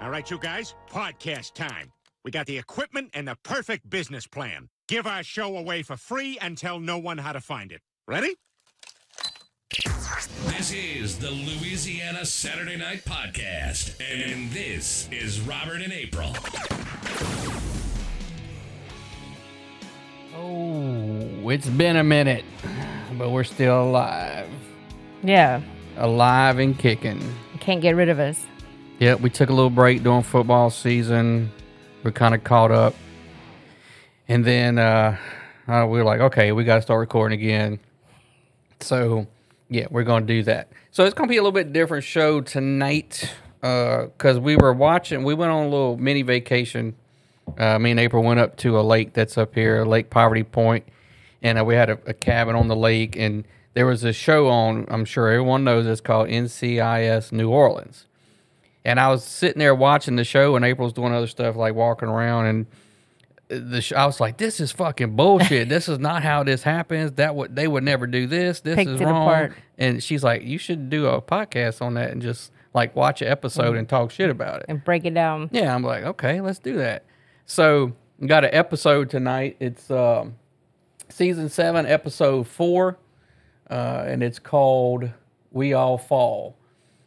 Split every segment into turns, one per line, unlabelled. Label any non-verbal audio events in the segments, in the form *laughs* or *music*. All right, you guys, podcast time. We got the equipment and the perfect business plan. Give our show away for free and tell no one how to find it. Ready?
This is the Louisiana Saturday Night Podcast, and this is Robert and April.
Oh, it's been a minute, but we're still alive.
Yeah,
Alive and kicking.
you can't get rid of us. *laughs*
Yep, we took a little break during football season. We're kind of caught up. And then uh, uh, we were like, okay, we got to start recording again. So, yeah, we're going to do that. So, it's going to be a little bit different show tonight because we were watching, we went on a little mini vacation. Uh, me and April went up to a lake that's up here, Lake Poverty Point, and uh, we had a, a cabin on the lake. And there was a show on, I'm sure everyone knows, it's called NCIS New Orleans. And I was sitting there watching the show, and April's doing other stuff like walking around. And the sh- I was like, "This is fucking bullshit. this is not how this happens. That would they would never do this. This
Picked
is
it
wrong."
apart.
And she's like, "You should do a podcast on that and just like watch an episode and talk shit about it."
Mm-hmm. And break it down.
Yeah, I'm like, okay, let's do that. So got an episode tonight. It's um, season seven, episode four, uh, and it's called "We All Fall."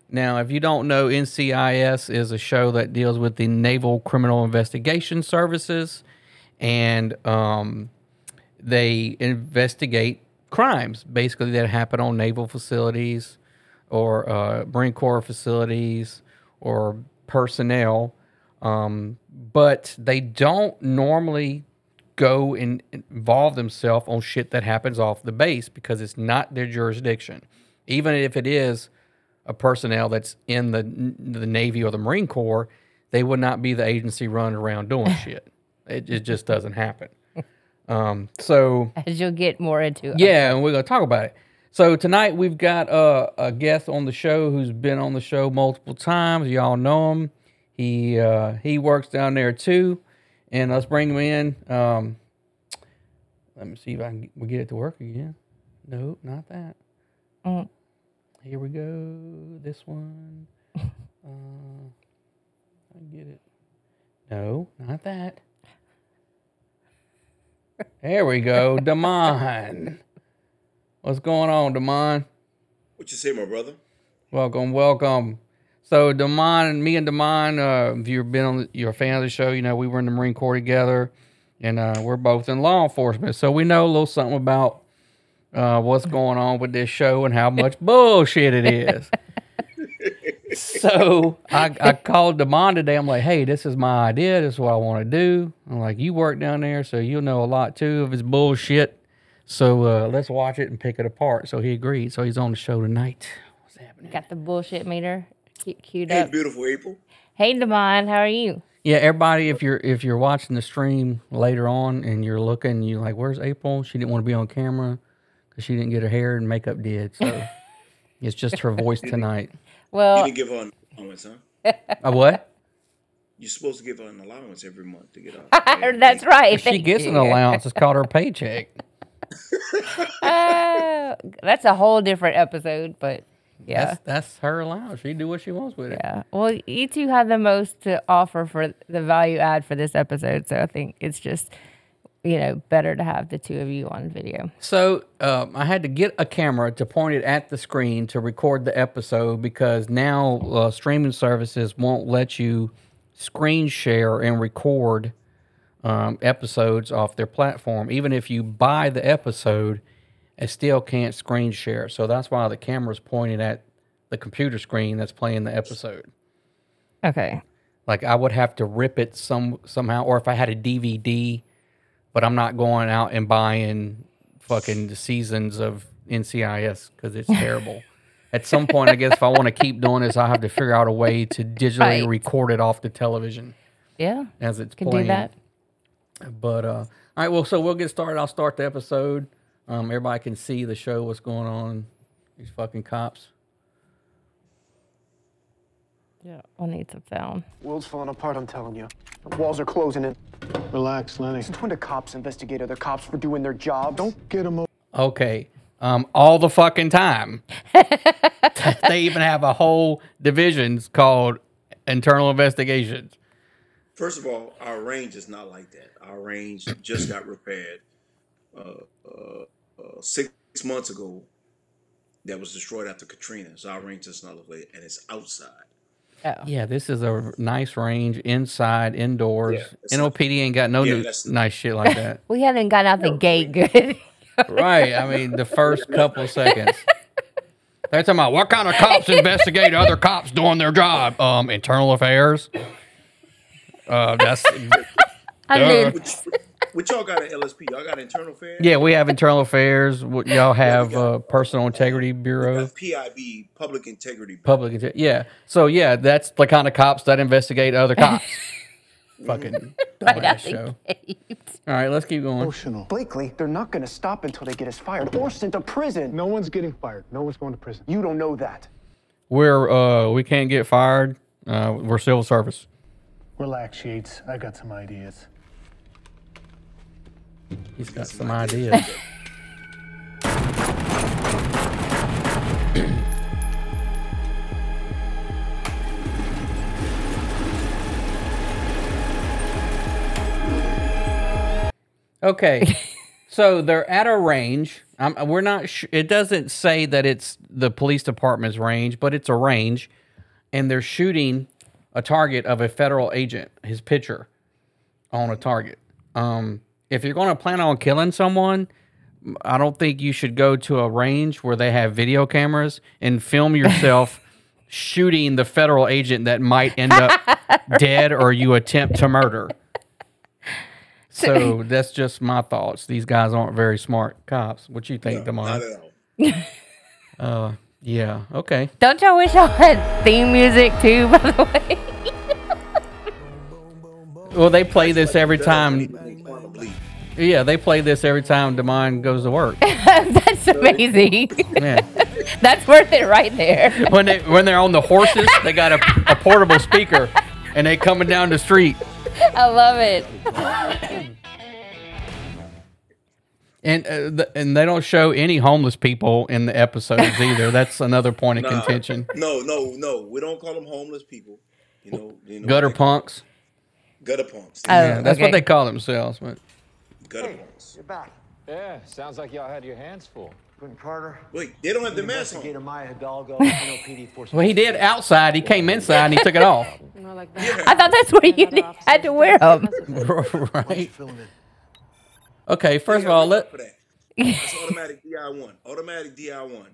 Now, if you don't know, NCIS is a show that deals with the Naval Criminal Investigation Services, and um, they investigate crimes basically that happen on naval facilities or uh, Marine Corps facilities or personnel. Um, but they don't normally go and involve themselves on shit that happens off the base because it's not their jurisdiction. Even if it is a personnel that's in the the Navy or the Marine Corps, they would not be the agency running around doing shit. It, it just doesn't happen. Um, so
As you'll get more into it.
yeah, and we're gonna talk about it. So tonight we've got uh, a guest on the show who's been on the show multiple times. Y'all know him. He uh, he works down there too, and let's bring him in. Um, let me see if I can we get it to work again. Nope, not that.
Mm.
Here we go. This one. Uh, I get it. No, not that. There we go, Damon. What's going on, Damon?
What you say, my brother?
Welcome, welcome. So, Damon and me and Damon, uh, if you've been on, you're a fan of the show. You know, we were in the Marine Corps together, and uh, we're both in law enforcement, so we know a little something about uh, what's going on with this show and how much bullshit it *laughs* is. so I, I called Damon today. I'm like, hey, this is my idea. This is what I want to do. I'm like, you work down there, so you'll know a lot too if it's bullshit. So uh, let's watch it and pick it apart. So he agreed. So he's on the show tonight. What's happening?
Got the bullshit meter cu- queued
Hey,
up.
beautiful April.
Hey, Damon, how
*laughs*
are you?
Yeah, everybody, if you're if you're watching the stream later on and you're looking, you're like, "Where's April? She didn't want to be on camera because she didn't get her hair and makeup did." So *laughs* it's just her voice tonight.
You
Well,
didn't give her an allowance, huh?
*laughs*
A what?
You're supposed to give her an allowance every month to get
*laughs*
out.
that's right.
If she
thank
gets
you.
an allowance, it's called her paycheck.
Uh, that's a whole different episode, but *laughs* yeah.
That's that's her allowance. She do what she wants with it.
yeah. Well, you two have the most to offer for the value add for this episode. So I think it's just, you know, better to have the two of you on video.
So um, I had to get a camera to point it at the screen to record the episode because now uh, streaming services won't let you screen share and record um, episodes off their platform. Even if you buy the episode, it still can't screen share. So that's why the camera's pointed at the computer screen that's playing the episode.
Okay.
Like I would have to rip it some somehow, or if I had a DVD, but I'm not going out and buying fucking the seasons of NCIS because it's
*laughs*
terrible. At some point, I guess if I want to keep doing this, I have to figure out a way to digitally
Right.
record it off the television
Yeah.
as it's
Can
playing.
do that.
But uh, all right, well, so we'll get started. I'll start the episode. Um, everybody can see the show, what's going on. These fucking cops.
Yeah. I'll need some sound.
World's falling apart, I'm telling you. The walls are closing in.
Relax, Lenny.
Since when do cops investigate other cops for doing their jobs?
Don't get him
Okay. Um, all the fucking time. they even have a whole divisions called internal investigations.
First of all, our range is not like that. Our range just got repaired uh, uh, uh, six months ago. That was destroyed after Katrina, so our range does not look like, and it's outside.
Oh.
Yeah, this is a nice range inside, indoors.
Yeah, it's
NOPD ain't got no
Yeah,
new, *laughs*
that's-
nice shit like
*laughs*
that.
We haven't gotten out the
Oh,
gate good. *laughs*
right. I mean, the first couple of seconds. They're talking about what kind of cops investigate other cops doing their job? Um, internal affairs. Uh, *laughs* that's
I
Duh.
mean,
Which, which y'all got an LSP? Y'all got internal affairs?
yeah. We have internal affairs. What y'all have uh, personal integrity bureau,
Got PIB, Public Integrity. Bureau.
public. inte- Yeah. So yeah, that's the kind of cops that investigate other cops. Fucking dumbass show. All right, let's keep going.
Blakely, they're not gonna stop until they get us fired or sent to prison.
No one's getting fired. No one's going to prison.
You don't know that.
We're uh, we can't get fired. Uh, we're civil service.
Relax, Yates. I got some ideas.
He's got some ideas. okay, so they're at a range. i we're not. Sh- it doesn't say that it's the police department's range, but it's a range, and they're shooting a target of a federal agent, his picture, on a target. Um, if you're going to plan on killing someone, I don't think you should go to a range where they have video cameras and film yourself shooting the federal agent that might end up dead or you attempt to murder. So that's just my thoughts. These guys aren't very smart cops. What you think,
Not
Damon? Uh,
at all.
Yeah. Okay.
don't y'all wish y'all had theme music too? By the way, *laughs*
Well, they play this every time.
Quantum leap.
Yeah, they play this every time Damon goes to work.
that's amazing.
Yeah.
that's worth it right there.
when they when they're on the horses, they got a, a portable speaker, and they coming down the street.
I love it.
And uh, th- and they don't show any homeless people in the episodes either. That's another
*laughs*
point of contention.
No, no, no. We don't call them homeless people. You know, you know
Gutter
like
punks.
Gutter punks.
Yeah, that's what
Oh, okay.
they call themselves. But
gutter punks.
back.
Yeah, sounds like y'all had your hands full.
Quinn Carter,
Wait, they don't have the mask on.
*laughs*
Maya Hidalgo, NOPD force.
well, he did outside. He came inside and he took it off.
I thought that's where you did- had to wear them.
right. Okay. First of all, let
for that. It's
*laughs*
automatic DI one. Automatic DI one.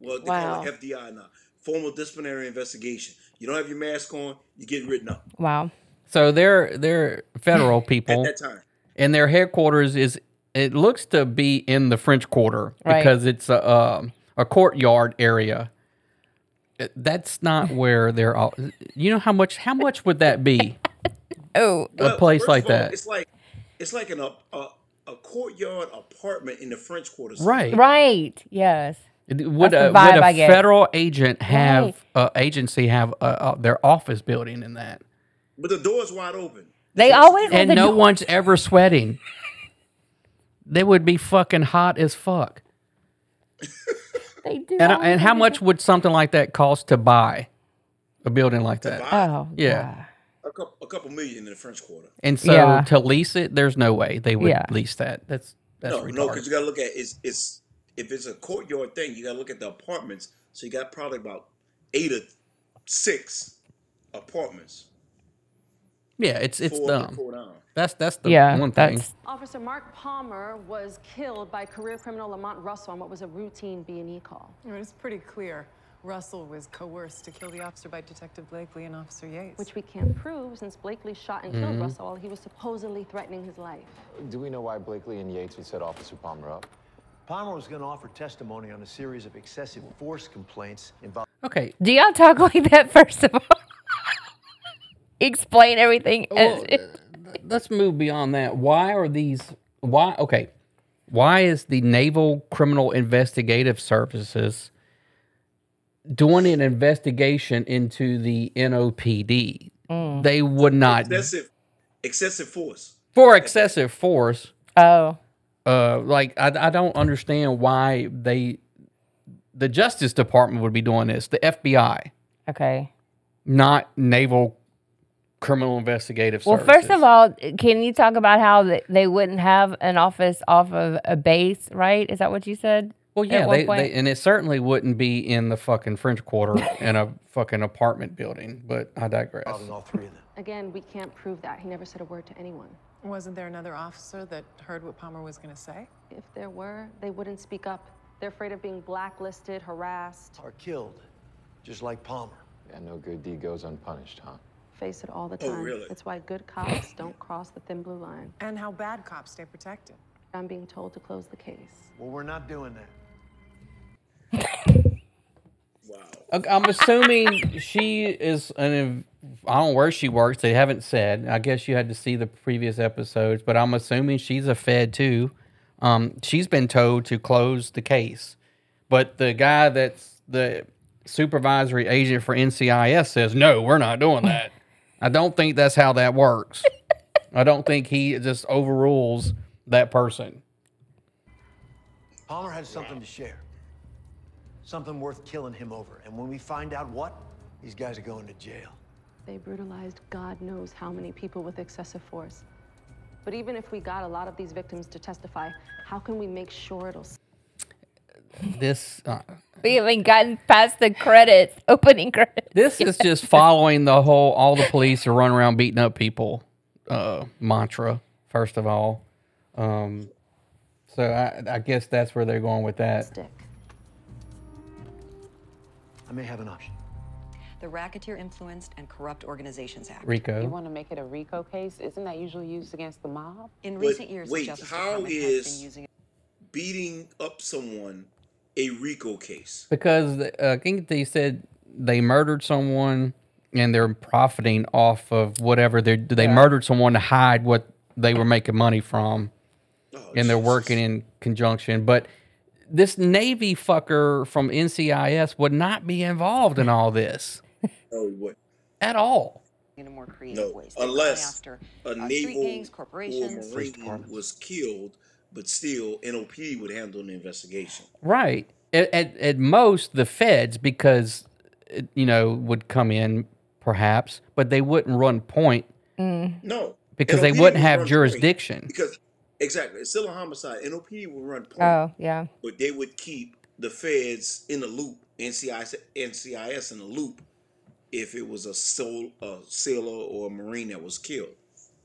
Well, they call it FDI now. Formal disciplinary investigation. You don't have your mask on, you get written up
Wow.
so they're they're federal people.
*laughs* at that time.
and their headquarters is it looks to be in the French Quarter
Right.
because it's a um, a courtyard area. Uh, That's not where they're all. You know how much how much would that be?
*laughs* Oh,
Well,
place
first
like
of all,
that.
It's like it's like an up- a, a courtyard apartment in the French Quarter.
Right.
right. Yes.
Would
That's
a,
the vibe
would a
I get.
federal agent have
Right.
uh, agency have uh, uh, their office building in that?
But the door's wide open.
They always have
And
the
no
do-
one's ever sweating. They would be fucking hot as fuck.
They do.
And uh,
always
and
have
how
the-
much would something like that cost to buy? A building like that.
Oh,
Yeah.
God.
A couple, a couple million in the French Quarter.
And so
Yeah.
to lease it, there's no way they would
Yeah.
lease that. That's that's
No,
retarded.
no, because you gotta look at it's it's if it's a courtyard thing, you gotta look at the apartments. So you got probably about eight or six apartments.
yeah, it's it's
Four
dumb.
four down.
That's that's the
Yeah.
one thing.
that's-
Officer Mark Palmer was killed by career criminal Lamont Russell on what was a routine B&E call.
It was pretty clear Russell was coerced to kill the officer by Detective Blakely and Officer Yates.
Which we can't prove since Blakely shot and killed Russell while he was supposedly threatening his life.
Do we know why Blakely and Yates would set Officer Palmer up?
Palmer was going to offer testimony on a series of excessive force complaints involving.
Okay.
Do y'all talk *laughs* like that first of all? Explain everything. as-
Well, uh, let's move beyond that. Why are these why okay. Why is the Naval Criminal Investigative Services doing an investigation into the NOPD?
Mm.
They would not
Excessive, excessive force.
for excessive force.
oh,
uh like I, I don't understand why they the justice department would be doing this the fbi
okay.
not naval criminal investigative
Well,
service.
first of all, can you talk about how th- they wouldn't have an office off of a base, right? Is that what you said?
Well,
at
yeah,
one
they,
point?
they, and it certainly wouldn't be in the fucking French Quarter
*laughs*
in a fucking apartment building. But I digress.
Again, we can't prove that. He never said a word to anyone.
Wasn't there another officer that heard what Palmer was going to say?
If there were, they wouldn't speak up. They're afraid of being blacklisted, harassed.
Are killed, just like Palmer. Yeah, no good deed goes unpunished, huh?
Face it all the
Oh,
time.
really?
That's why good cops don't cross the thin blue line.
And how bad cops stay protected.
I'm being told to close the case.
Well, we're not doing that.
Okay, I'm assuming she is an. inv- I don't know where she works. They haven't said. I guess you had to see the previous episodes, but I'm assuming she's a Fed too. Um, she's been told to close the case, but the guy that's the supervisory agent for NCIS says, "No, we're not doing that." I don't think that's how that *laughs* works. I don't think he just overrules that person.
Palmer had something to share. Something worth killing him over. And when we find out what, these guys are going to jail.
They brutalized God knows how many people with excessive force. But even if we got a lot of these victims to testify, how can we make sure it'll
This. Uh,
We haven't gotten past the credits, *laughs* opening credits.
This is just following the whole all the police are running around beating up people uh, mantra, first of all. Um, so I, I guess that's where they're going with that.
I may have an option.
The Racketeer Influenced and Corrupt Organizations Act.
Rico. You
want to make it a RICO case? Isn't that usually used against the mob?
In
But wait, how
*laughs*
is beating up someone a RICO case?
Because uh, I think they said they murdered someone and they're profiting off of whatever they they
Yeah.
murdered someone to hide what they were making money from, and they're working in conjunction. But this Navy fucker from NCIS would not be involved in all this.
No way.
At all.
In a more creative
No,
ways. They're going
unless
after,
a
uh, street
naval
gangs,
or
corporations.
marine was killed, but still NOP would handle the investigation.
Right. At, at, at most, the feds, because, it, you know, would come in perhaps, but they wouldn't run point
Mm.
Mm.
No,
because they
NOPD
wouldn't
would
have
run
jurisdiction.
point. Because exactly, it's still a homicide. NOP will run point.
Oh, yeah.
but they would keep the feds in the loop, NCIS, NCIS in the loop, if it was a, sol, a sailor or a marine that was killed.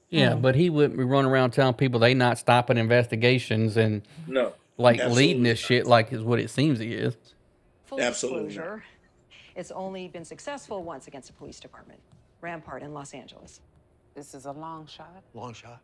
Yeah,
Mhm.
but he wouldn't be running around telling people they not stopping investigations and
No,
like
absolutely
leading this shit like is what it seems he is.
Full
Absolutely
disclosure, it's only been successful once against a police department. Rampart in Los Angeles.
This is a long shot.
Long shot.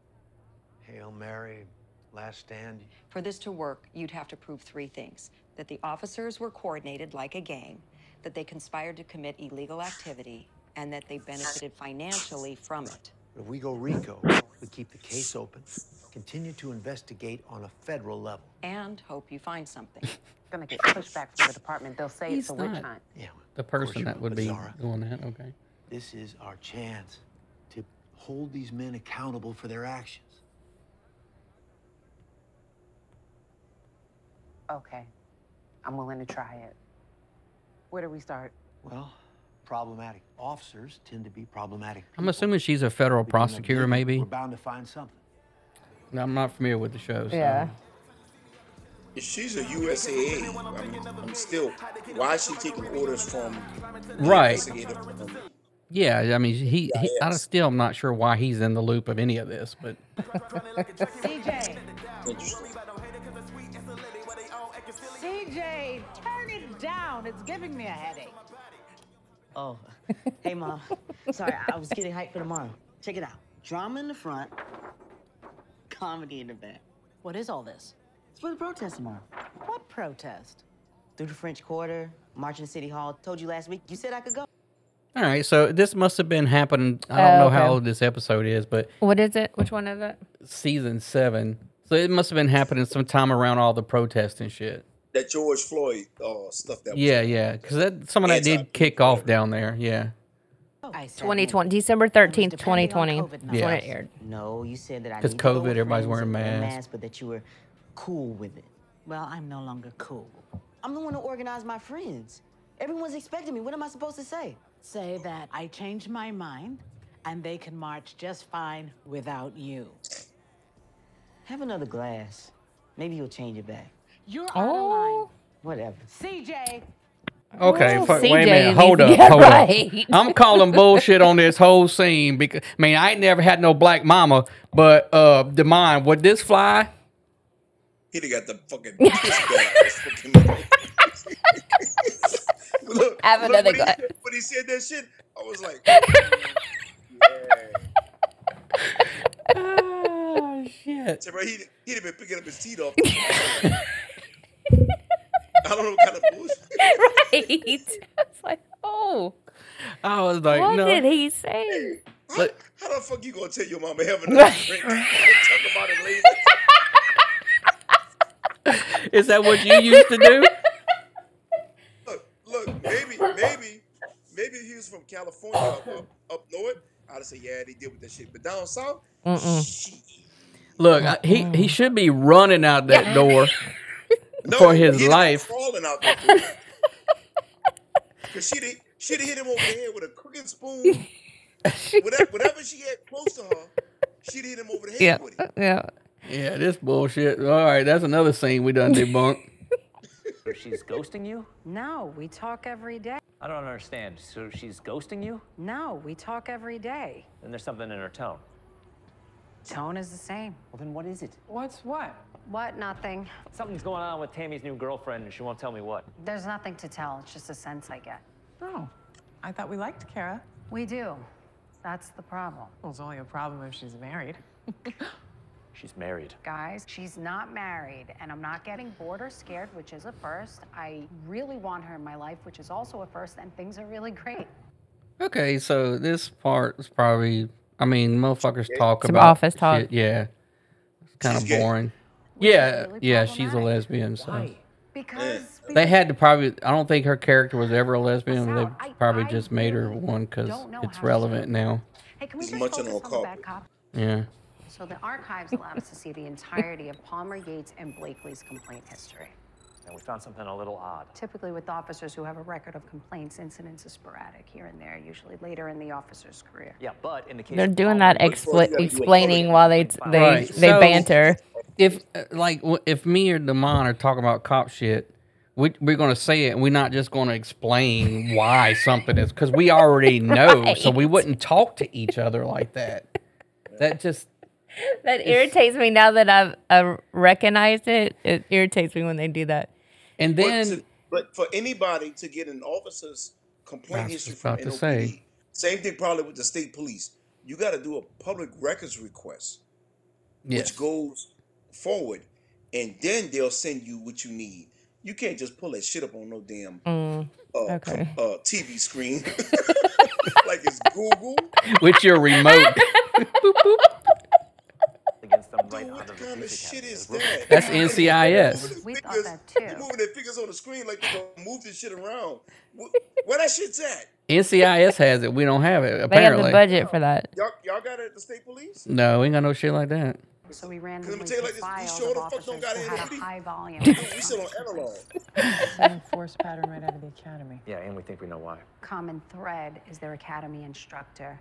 Hail Mary, last stand.
For this to work, you'd have to prove three things that the officers were coordinated like a gang, that they conspired to commit illegal activity, and that they benefited financially from it.
If we go RICO, we keep the case open, continue to investigate on a federal level.
And hope you find something.
Gonna get pushback from the department. They'll say
He's
it's a witch
not.
hunt.
Yeah.
The
course you
person that
will,
would
but
be
Zara-
doing that, okay.
This is our chance to hold these men accountable for their actions.
Okay, I'm willing to try it. Where do we start?
Well, problematic officers tend to be problematic.
I'm assuming she's a federal prosecutor, maybe.
We're bound to find something.
I'm not familiar with the show. So.
Yeah.
She's a USAA. I'm, I'm still. Why is she taking orders from the
Right.
investigator?
Yeah, I mean, he, he I still am not sure why he's in the loop of any of this, but
CJ,
Interesting.
CJ, turn it down. It's giving me a headache.
Oh, hey, Mom. Sorry, I was getting hyped for tomorrow. Check it out drama in the front, comedy in the back. What is all this? It's for the protest tomorrow. What protest? Through the French Quarter, marching to City Hall. Told you last week, you said I could go.
all right. So this must have been happening. I don't
Oh,
know
okay.
how old this episode is, but
What is it? Which one is it?
season seven. So it must have been happening sometime around all the protests and shit.
That George Floyd uh, stuff that
yeah,
was.
yeah, because that some of that did kick off down there. Yeah,
2020, December 13th, 2020.
Yeah.
That's when it aired.
No, you said that I
'Cause
need to go
COVID,
with
everybody's
friends
wearing
and wear
masks.
but that you were cool with it. Well, I'm no longer cool. I'm the one who organized my friends. Everyone's expecting me. What am I supposed to say?
Say that I changed my mind
and they can march just fine without you.
Have another glass. Maybe you'll change it back.
You're
Oh. Whatever.
CJ.
Okay,
Well,
fuck, wait
CJ
a minute.
needs
Hold
to
up.
get
Hold
right.
up. I'm calling bullshit on this whole scene because I mean I ain't never had no black mama, but uh Demond, would this fly?
He'd have got the fucking piss beat out of his fucking mouth. look,
I have
look,
another
when,
glass.
He said, when he said that shit, I was
*laughs*
like,
oh shit!
Said, bro, he'd, he'd have been picking up his
*laughs*
teeth off. I *laughs* don't know what
*laughs*
kind of bullshit.
right. It's like, oh,
I was like,
what
no.
did he say?
How, how the fuck you gonna tell your mama have another drink? and talk about it later.
Is that what you used to do?
Look, maybe, maybe, maybe if he was from California up, up, up north, I'd have said, yeah, they deal with that shit. But down south,
Mm-mm. Look, I, he he should be running out that
*laughs*
door for his
he'd have been
life.
crawling
*laughs*
out there. Cause she'd have- she'd have hit him over the head with a
*laughs*
cooking spoon. whatever, whatever she had close to her, she'd hit him over the head
Yeah, Uh,
with it.
yeah.
Yeah, this bullshit. All right, that's another scene we done debunked.
*laughs*
So she's ghosting you?
No, we talk every day.
I don't understand. So she's ghosting you?
No, we talk every day.
Then there's something in her tone.
Tone is the same.
Well, then what is it?
What's what? What? Nothing.
Something's going on with Tammy's new girlfriend, and she won't tell me what.
There's nothing to tell. It's just a sense I get.
Oh, I thought we liked Kara.
We do. That's the problem.
Well, it's only a problem if she's married.
She's married.
Guys, she's not married, and I'm not getting bored or scared, which is a first. I really want her in my life, which is also a first, and things are really great.
Okay, so this part is probably. I mean, motherfuckers talk
Some
about
office talk.
shit, Yeah, it's kind
She's
of
gay.
boring. Yeah, yeah, she's a lesbian. So
Because
they had to probably. I don't think her character was ever a lesbian. They probably just made her one because it's relevant now.
Hey, can we
He's
just
much
focus
an
on
old
the bad cop?
Yeah.
So the archives allow us to see the entirety of Palmer Yates and Blakely's complaint history.
And we found something a little odd.
Typically with officers who have a record of complaints, incidents are sporadic here and there, usually later in the officer's career.
Yeah, but in the case
They're
of
doing
Palmer-
that expl- explaining while they they
Right,
they
so-
banter.
If uh, like w- if me or Damon are talking about cop shit, we we're gonna say it. We're not just gonna explain why something is because we already
*laughs*
know. So we wouldn't talk to each other like that. That just
That irritates me now that I've uh, recognized it. It irritates me when they do that.
And
then, but, to- but for anybody to get an officer's complaint
That's
history
just
from
about to
NOPD,
say.
same thing probably with the state police. You got to do a public records request,
Yes.
which goes forward, and then they'll send you what you need. You can't just pull that shit up on no damn
Mm,
uh,
okay.
com- uh, TV screen *laughs* like it's Google.
with your remote.
*laughs*
against them right out of the
kind of
music
shit
cabinet.
is that?
That's NCIS.
We thought that too. They're moving their fingers on the screen like they're gonna move this shit around. Where, where that shit's at?
NCIS has it. We don't have it.
They have
Apparently,
the budget for that.
Y'all, y'all got it at the state police?
No, we ain't got no shit like that.
So we randomly took files
sure
of
the fuck don't
officers
got
who had a
*laughs*
high volume.
We
of
sit on analog.
Same force pattern right out of the academy.
Yeah, and we think we know why.
Common thread is their academy instructor,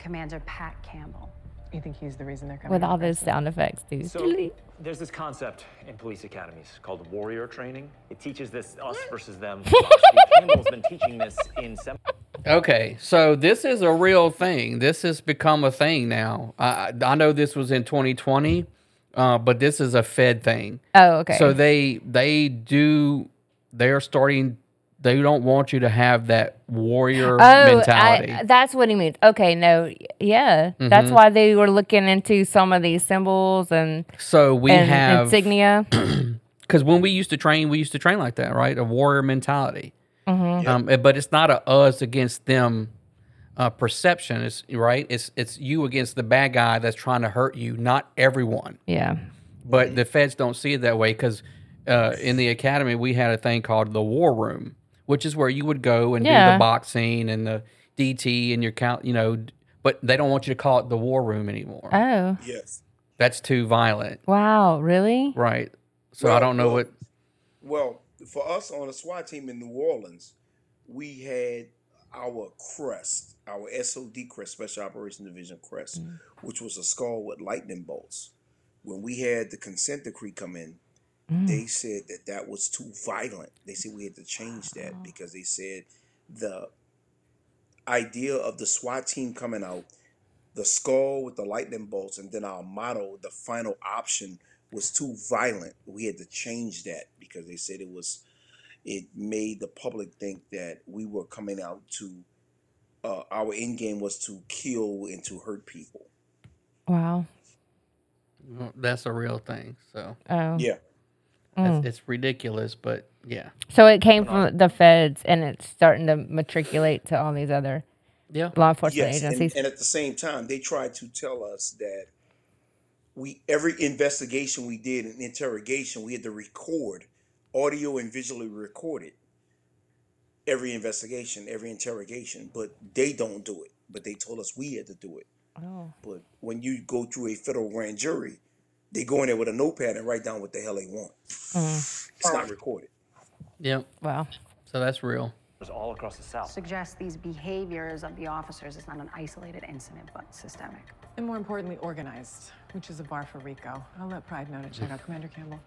Commander Pat Campbell.
You think he's the reason they're coming?
With all
over?
those sound effects, dude.
So there's this concept in police academies called warrior training. It teaches this us versus them. philosophy. Campbell's been teaching this in sem-
Okay, so this is a real thing. This has become a thing now. I I I know this was in 2020, uh, but this is a Fed thing.
Oh, okay.
So they they do they are starting. They don't want you to have that warrior
Oh,
mentality.
I, that's what he means. Okay, no, yeah, that's
Mhm.
why they were looking into some of these symbols and
So we
and
have- *clears throat*
*clears throat* insignia.
Because when we used to train, we used to train like that, right? A warrior mentality.
Mhm. Yep.
Um, eh, but it's not a us against them uh, perception. It's right. It's it's you against the bad guy that's trying to hurt you, not everyone.
Yeah.
But the feds don't see it that way because uh, in the academy we had a thing called the war room, which is where you would go and do
Yeah.
the boxing and the DT and your count. You know, d- but they don't want you to call it the war room anymore.
Oh,
Yes.
That's too violent,
wow, really?
right? So I
Well,
don't know
well,
what.
Well, for us on the SWAT team in New Orleans, we had our crest. our SOD Crest, Special Operations Division Crest,
Mm.
which was a skull with lightning bolts. When we had the consent decree come in, they said that that was too violent. They said we had to change that because they said the idea of the SWAT team coming out, the skull with the lightning bolts, and then our motto, the final option, was too violent. We had to change that because they said it was, it made the public think that we were coming out to, uh, our end game was to kill and to hurt people.
Wow.
Well, That's a real thing. So
Oh. Mm. Yeah.
it's, it's ridiculous, but yeah,
So it came from the feds, and it's starting to matriculate to all these other law enforcement
Yes, and-
agencies.
And, at the same time, they tried to tell us that we every investigation we did and interrogation, we had to record, audio and visually record it. Every investigation, every interrogation, but they don't do it. But they told us we had to do it.
oh.
But when you go through a federal grand jury, they go in there with a notepad and write down what the hell they want.
Mm-hmm.
It's not recorded.
yep.
Wow.
So that's real.
*laughs*
It's all across the South.
Suggest these behaviors of the officers is not an isolated incident, but systemic.
And more importantly, organized, which is a bar for Rico. I'll let Pride know to check out Commander Campbell.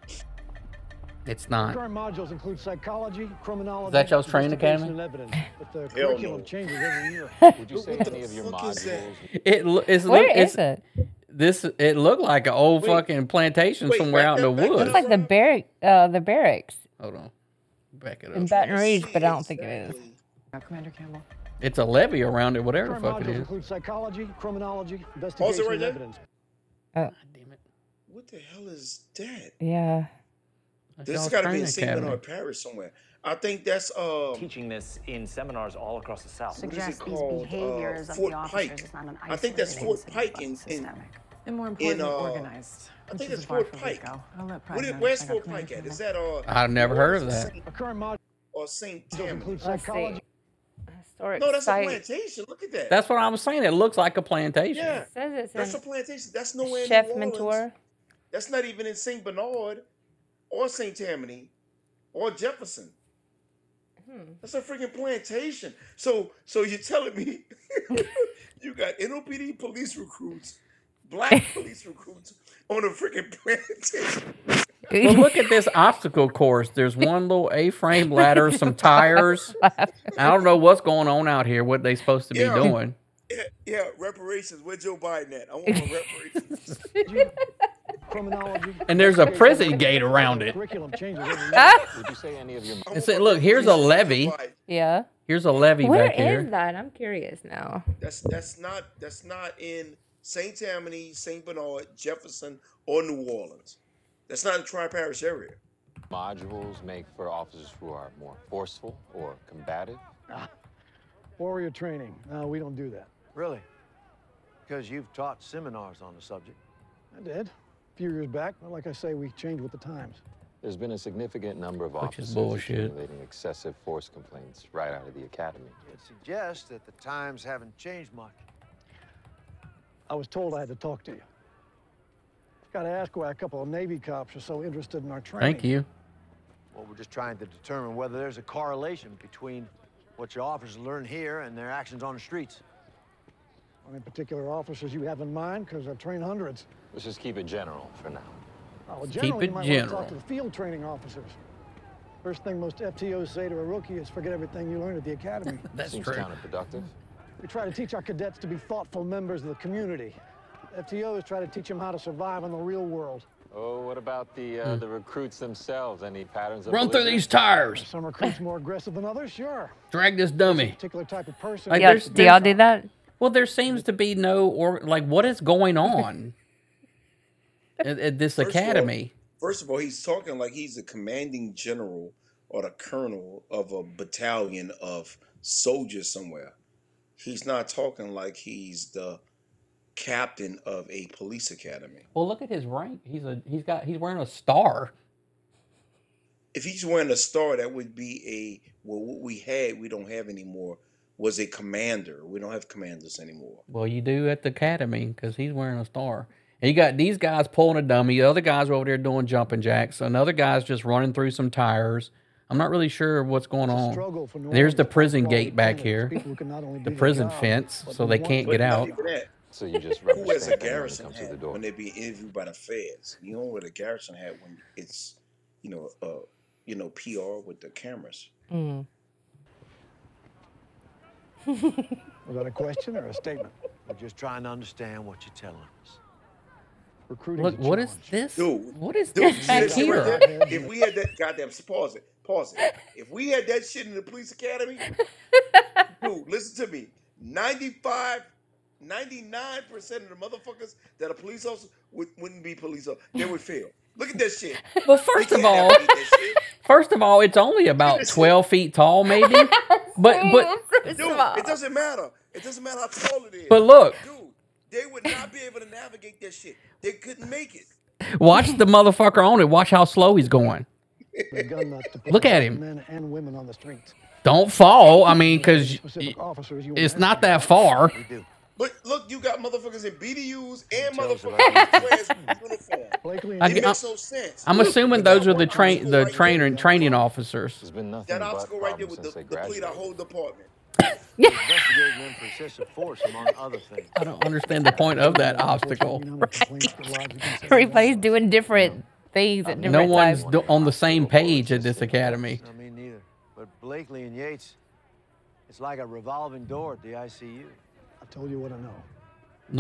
It's not.
Current modules include psychology, criminology,
Is that y'all's training
investigation,
academy?
and evidence,
*laughs*
but the
Hell
curriculum
no.
changes every year.
Would you say any of your modules?
It lo- it's
Where
look,
is
it's, This it looked like an old fucking plantation somewhere out in the woods.
It's like the barrack, uh, the barracks
Hold on, back it up.
in Baton Rouge, but I don't think it is.
Commander Campbell.
It's a levee around it, whatever the
Current
fuck it
modules
is.
include psychology, criminology,
Pause
investigation,
it right
and
there.
evidence.
What the hell is that?
Yeah.
This has got to be in St. Bernard Parish somewhere. I think that's uh
teaching this in seminars all across the South.
What is it called? Uh, Fort Pike. I think that's Fort Pike in, in
And more
in
importantly,
uh,
organized.
I
which
think
is
it's
a bar
Fort
for
Pike.
Rico. I'll let Pride
What
know
is,
to
where's
check out
Fort
Commander
Pike at?
Campbell.
Is that uh
I've never heard of that.
Saint- or Saint Tammany?
Let's see. Historic
No, that's
site.
a plantation. Look at that.
That's what I was saying. It looks like a plantation.
yeah.
Says it's
that's
in
a plantation. That's nowhere in
Chef
New Orleans.
Mentor.
That's not even in Saint Bernard or Saint Tammany or Jefferson.
Hmm.
That's a freaking plantation. So, so you're telling me *laughs* you got NOPD police recruits, black police recruits on a freaking plantation.
Well, look at this obstacle course.
*laughs*
There's one little A-frame ladder, some tires. *laughs* I don't know what's going on out here. What they supposed to be
Yeah.
doing?
Yeah, yeah, reparations. Where Joe Biden at? I want my reparations.
Criminology.
And there's a
investigation,
prison gate around it.
Curriculum changes every year.
*laughs*
Would you say any of your?
And say, look, here's a levee.
Yeah.
Here's a levee
Where
back
is
here.
that? I'm curious now.
That's that's not that's not in Saint Tammany, Saint Bernard, Jefferson, or New Orleans. That's not in Tri Parish area.
Modules make for officers who are more forceful or combative.
Ah.
Warrior training. No, we don't do that.
Really? Because you've taught seminars on the subject.
I did. A few years back, but like I say, we changed with the times.
There's been a significant number of
Which is
officers
bullshit.
accumulating excessive force complaints right out of the academy.
It suggests that the times haven't changed much.
I was told I had to talk to you. Got to ask why a couple of Navy cops are so interested in our training.
Thank you.
Well, we're just trying to determine whether there's a correlation between what your officers learn here and their actions on the streets.
Any particular officers you have in mind? Because I've trained hundreds.
Let's just keep it general for now.
Oh, well,
Keep
generally,
it
you might
general.
want to talk to the field training officers. First thing most FTOs say to a rookie is forget everything you learned at the academy.
Seems counterproductive.
We try to teach our cadets to be thoughtful members of the community. FTOs try to teach them how to survive in the real world.
Oh, what about the uh, the recruits themselves? Any patterns of
Hmm. Run through
belligerence?
these tires.
Some recruits more aggressive than others, sure.
Drag this dummy.
Particular type of person.
Like,
Y'all-
there's-
do y'all
there's-
do that?
Well, there seems to be no or like what is going *laughs* on at, at this
First of all-
academy?
First of all, he's talking like he's the commanding general or the colonel of a battalion of soldiers somewhere. He's not talking like he's the captain of a police academy.
Well, look at his rank. He's a he's got he's wearing a star.
If he's wearing a star, that would be a well. What we had, we don't have anymore. Was a commander. We don't have commanders anymore.
Well, you do at the academy because he's wearing a star. And you got these guys pulling a dummy. The other guys are over there doing jumping jacks. Another guy's just running through some tires. I'm not really sure what's going
It's a
on.
struggle for
There's the
normies,
prison
high-quality
gate back
candidates,
here,
people who can not only
the
do their
prison
job,
fence,
but
so
do
they
one
can't
thing.
get out.
So you just
Who wears
represent anyone
a
who
garrison
comes through
hat
the door.
when they're being interviewed by the feds? You don't wear the garrison hat when it's, you know, uh, you know, PR with the cameras.
*laughs* Was that a question or a statement?
We're just trying to understand what you're telling us.
Recruiting.
Look, what is this?
Dude,
what is
dude,
this
see
back
that shit right
here?
there? if we had that, goddamn, pause it, pause it. If we had that shit in the police academy, dude, listen to me. 95, 99% of the motherfuckers that are police officers would, wouldn't be police officers. They would fail. Look at that shit.
Well, first of all, first of all, it's only
*laughs*
about 12 feet tall, maybe. But
*laughs*
but
Dude, it doesn't matter. It doesn't matter how tall it is.
but look,
They would not be able to navigate that shit. They couldn't make it.
watch the motherfucker on it. Watch how slow he's going.
The gun nut to
Look at
police
him.
Men and women on the streets.
Don't fall. Oh, I mean, because
Specific officers you
it's not that far.
But look, you got motherfuckers in BDUs and motherfuckers in uniform.
I-
it
I-
makes no sense.
I'm assuming those are the train the trainer training officers.
that obstacle right there would de- deplete our whole department.
Investigating them for excessive force, among other
*laughs*
things.
I don't understand the point of that obstacle.
Everybody's doing different things at different
Uh, No one's
times.
do- on the same page at this academy.
I mean, neither. But Blakely and Yates, it's like a revolving door at the ICU.
I told you what I know.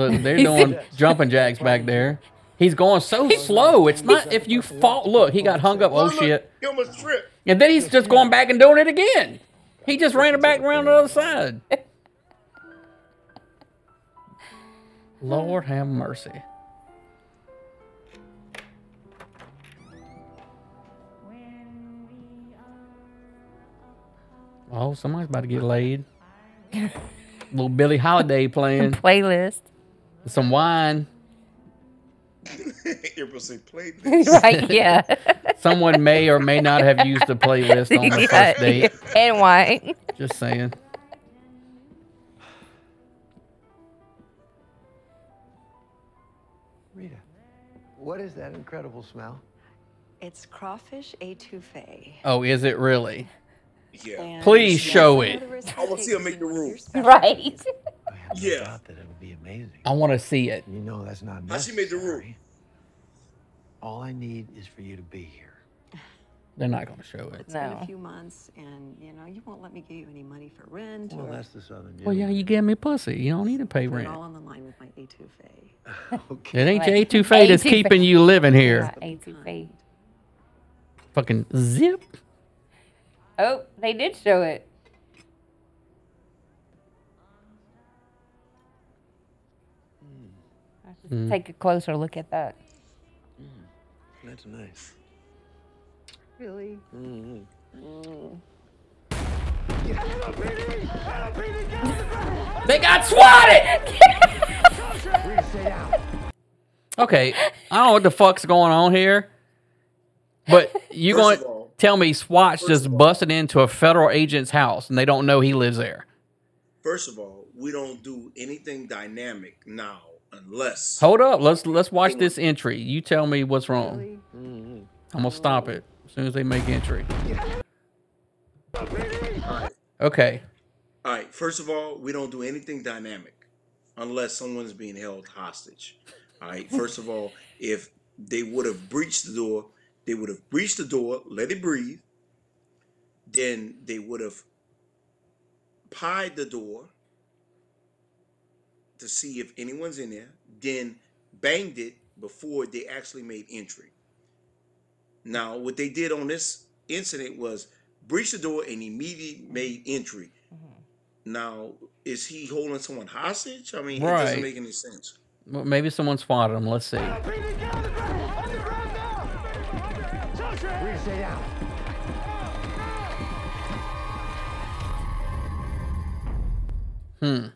Look,
*laughs*
they're doing jumping jacks back there. He's going so slow. It's not if you fall. Look, he got hung up. Oh shit!
You almost *laughs* tripped.
And then he's just going back and doing it again. He just ran it back around the other
*laughs*
side. Lord have mercy. Oh, somebody's about to get laid. Little Billie Holiday playing. *laughs*
*laughs* Playlist.
Some wine.
April say play this.
*laughs* right, yeah.
Someone may or may not have used the playlist on the
*laughs* Yeah.
first date.
And wine. *laughs*
Just saying.
Rita, what is that incredible smell?
It's crawfish étouffée.
Oh, is it really?
Yeah.
Please show it.
I want to see him make the room.
Right. *laughs*
Yeah.
I want to see it.
You know that's not
How she made the room?
All I need is for you to be here.
They're not going to show it.
It's been a few months, and you know you won't let me give you any money for rent.
Well,
or
that's the Southern
Well, yeah, you gave me pussy. You don't need to pay
put it
rent.
all on the line with my étouffée.
*laughs*
It ain't
Right.
your A2 fade that's
A2
keeping
fade.
you living here.
Yeah, A2P.
Fucking zip.
Oh, they did show it.
Hmm. Mm.
Take a closer look at that.
That's nice.
Really?
Mm-hmm.
They got swatted! Okay, I don't know what the fuck's going on here, but you going to tell me SWAT's just busted into a federal agent's house and they don't know he lives there?
First of all, we don't do anything dynamic now unless
Hold up, let's let's watch this entry. You tell me what's wrong. I'm gonna stop it as soon as they make entry. Okay,
All right. First of all, we don't do anything dynamic unless someone's being held hostage. All right. First of all, if they would have breached the door, they would have breached the door, let it breathe. Then they would have pied the door to see if anyone's in there, then banged it before they actually made entry. Now, what they did on this incident was breach the door and immediately made entry.
Mm-hmm.
Now, is he holding someone hostage? I mean, it
Right.
doesn't make any sense.
well, maybe someone swatted him. Let's see.
Rita, stay down.
Hmm.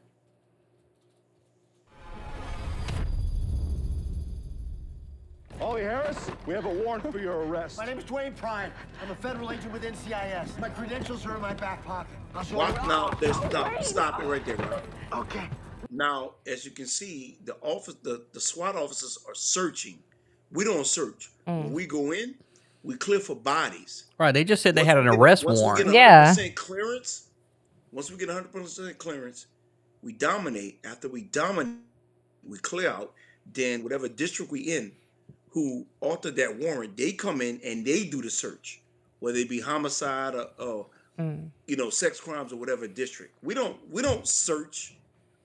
Ollie Harris, we have a warrant for your arrest.
My name is Dwayne Prime. I'm a federal agent with NCIS. My credentials are in my back pocket. I'll show
Why,
you.
now, there's, stop, stop it right there. Rob.
Okay.
Now, as you can see, the office, the, the SWAT officers are searching. We don't search. When we go in, We clear for bodies.
Right. They just said they had an arrest
Once we
warrant.
get 100% clearance, once we get 100% clearance, we dominate. After we dominate, we clear out. Then whatever district we in, who authored that warrant, they come in and they do the search, whether it be homicide or, or
Hmm.
you know sex crimes or whatever district. We don't we don't search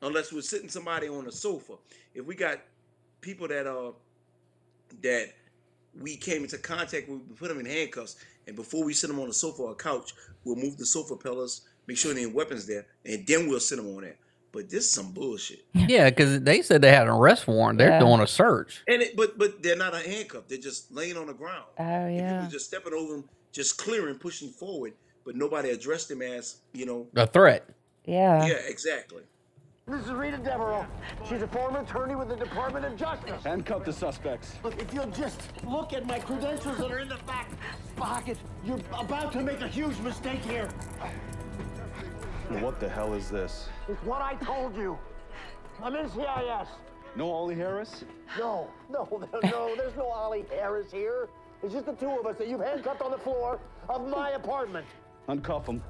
unless we're sitting somebody on a sofa. If we got people that are that we came into contact with, we put them in handcuffs, and before we sit them on a sofa or a couch, we'll move the sofa pillars, make sure there ain't weapons there, and then we'll sit them on there. But this is some bullshit.
Yeah, because they said they had an arrest warrant. They're
Yeah.
doing a search.
And it, but but they're not a handcuff. They're just laying on the ground.
Oh
People
yeah.
just stepping over them, just clearing, pushing forward, but nobody addressed them as you know.
A threat.
Yeah.
Yeah, exactly.
This is Rita Devereaux. She's a former attorney with the Department of Justice.
Handcuff the suspects.
Look, if you'll just look at my credentials that are in the back pocket, you're about to make a huge mistake here.
What the hell is this?
It's what I told you. I'm in CIS.
No Ollie Harris?
No, no, there- no, there's no Ollie Harris here. It's just the two of us that you've handcuffed on the floor of my apartment.
Uncuff him.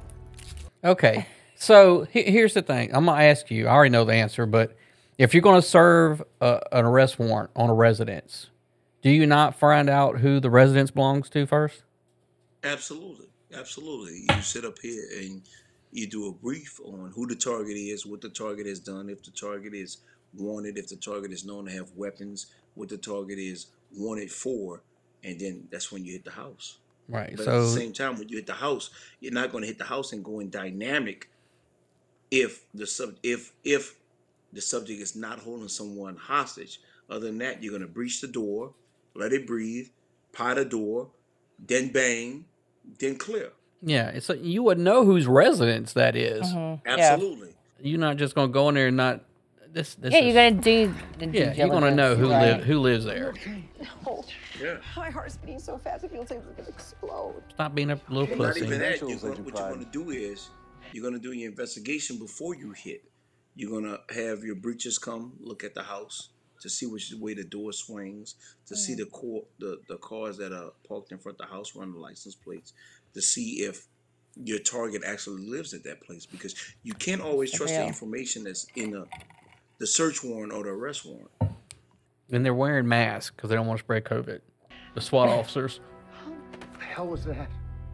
Okay. So he- here's the thing. I'm gonna ask you. I already know the answer, but if you're gonna serve a, an arrest warrant on a residence, do you not find out who the residence belongs to first?
Absolutely, absolutely. You sit up here and you do a brief on who the target is, what the target has done, if the target is wanted, if the target is known to have weapons, what the target is wanted for, and then that's when you hit the house.
Right,
But at the
so-
same time, when you hit the house, you're not going to hit the house and go in dynamic if the sub if if the subject is not holding someone hostage. Other than that, you're going to breach the door, let it breathe, pie the door, then bang, then clear.
Yeah. So you would know whose residence that is.
Mhm. Yeah.
Absolutely.
You're not just gonna go in there and not. This. this
yeah,
is-
you're gonna do the due
Yeah, you're gonna
diligence,
know who
right.
live who lives there.
Hold.
Yeah.
Oh, My heart's beating so fast it feels like it's gonna explode.
Stop being a little
But not
pussy.
even that. You're gonna, what you're going to do is you're going to do your investigation before you hit. You're going to have your breaches come look at the house to see which way the door swings, to see the, cor- the the cars that are parked in front of the house run the license plates, to see if your target actually lives at that place because you can't always trust the
Yeah.
information that's in the the search warrant or the arrest warrant.
And they're wearing masks because they don't want to spread COVID. The SWAT officers.
The hell was that?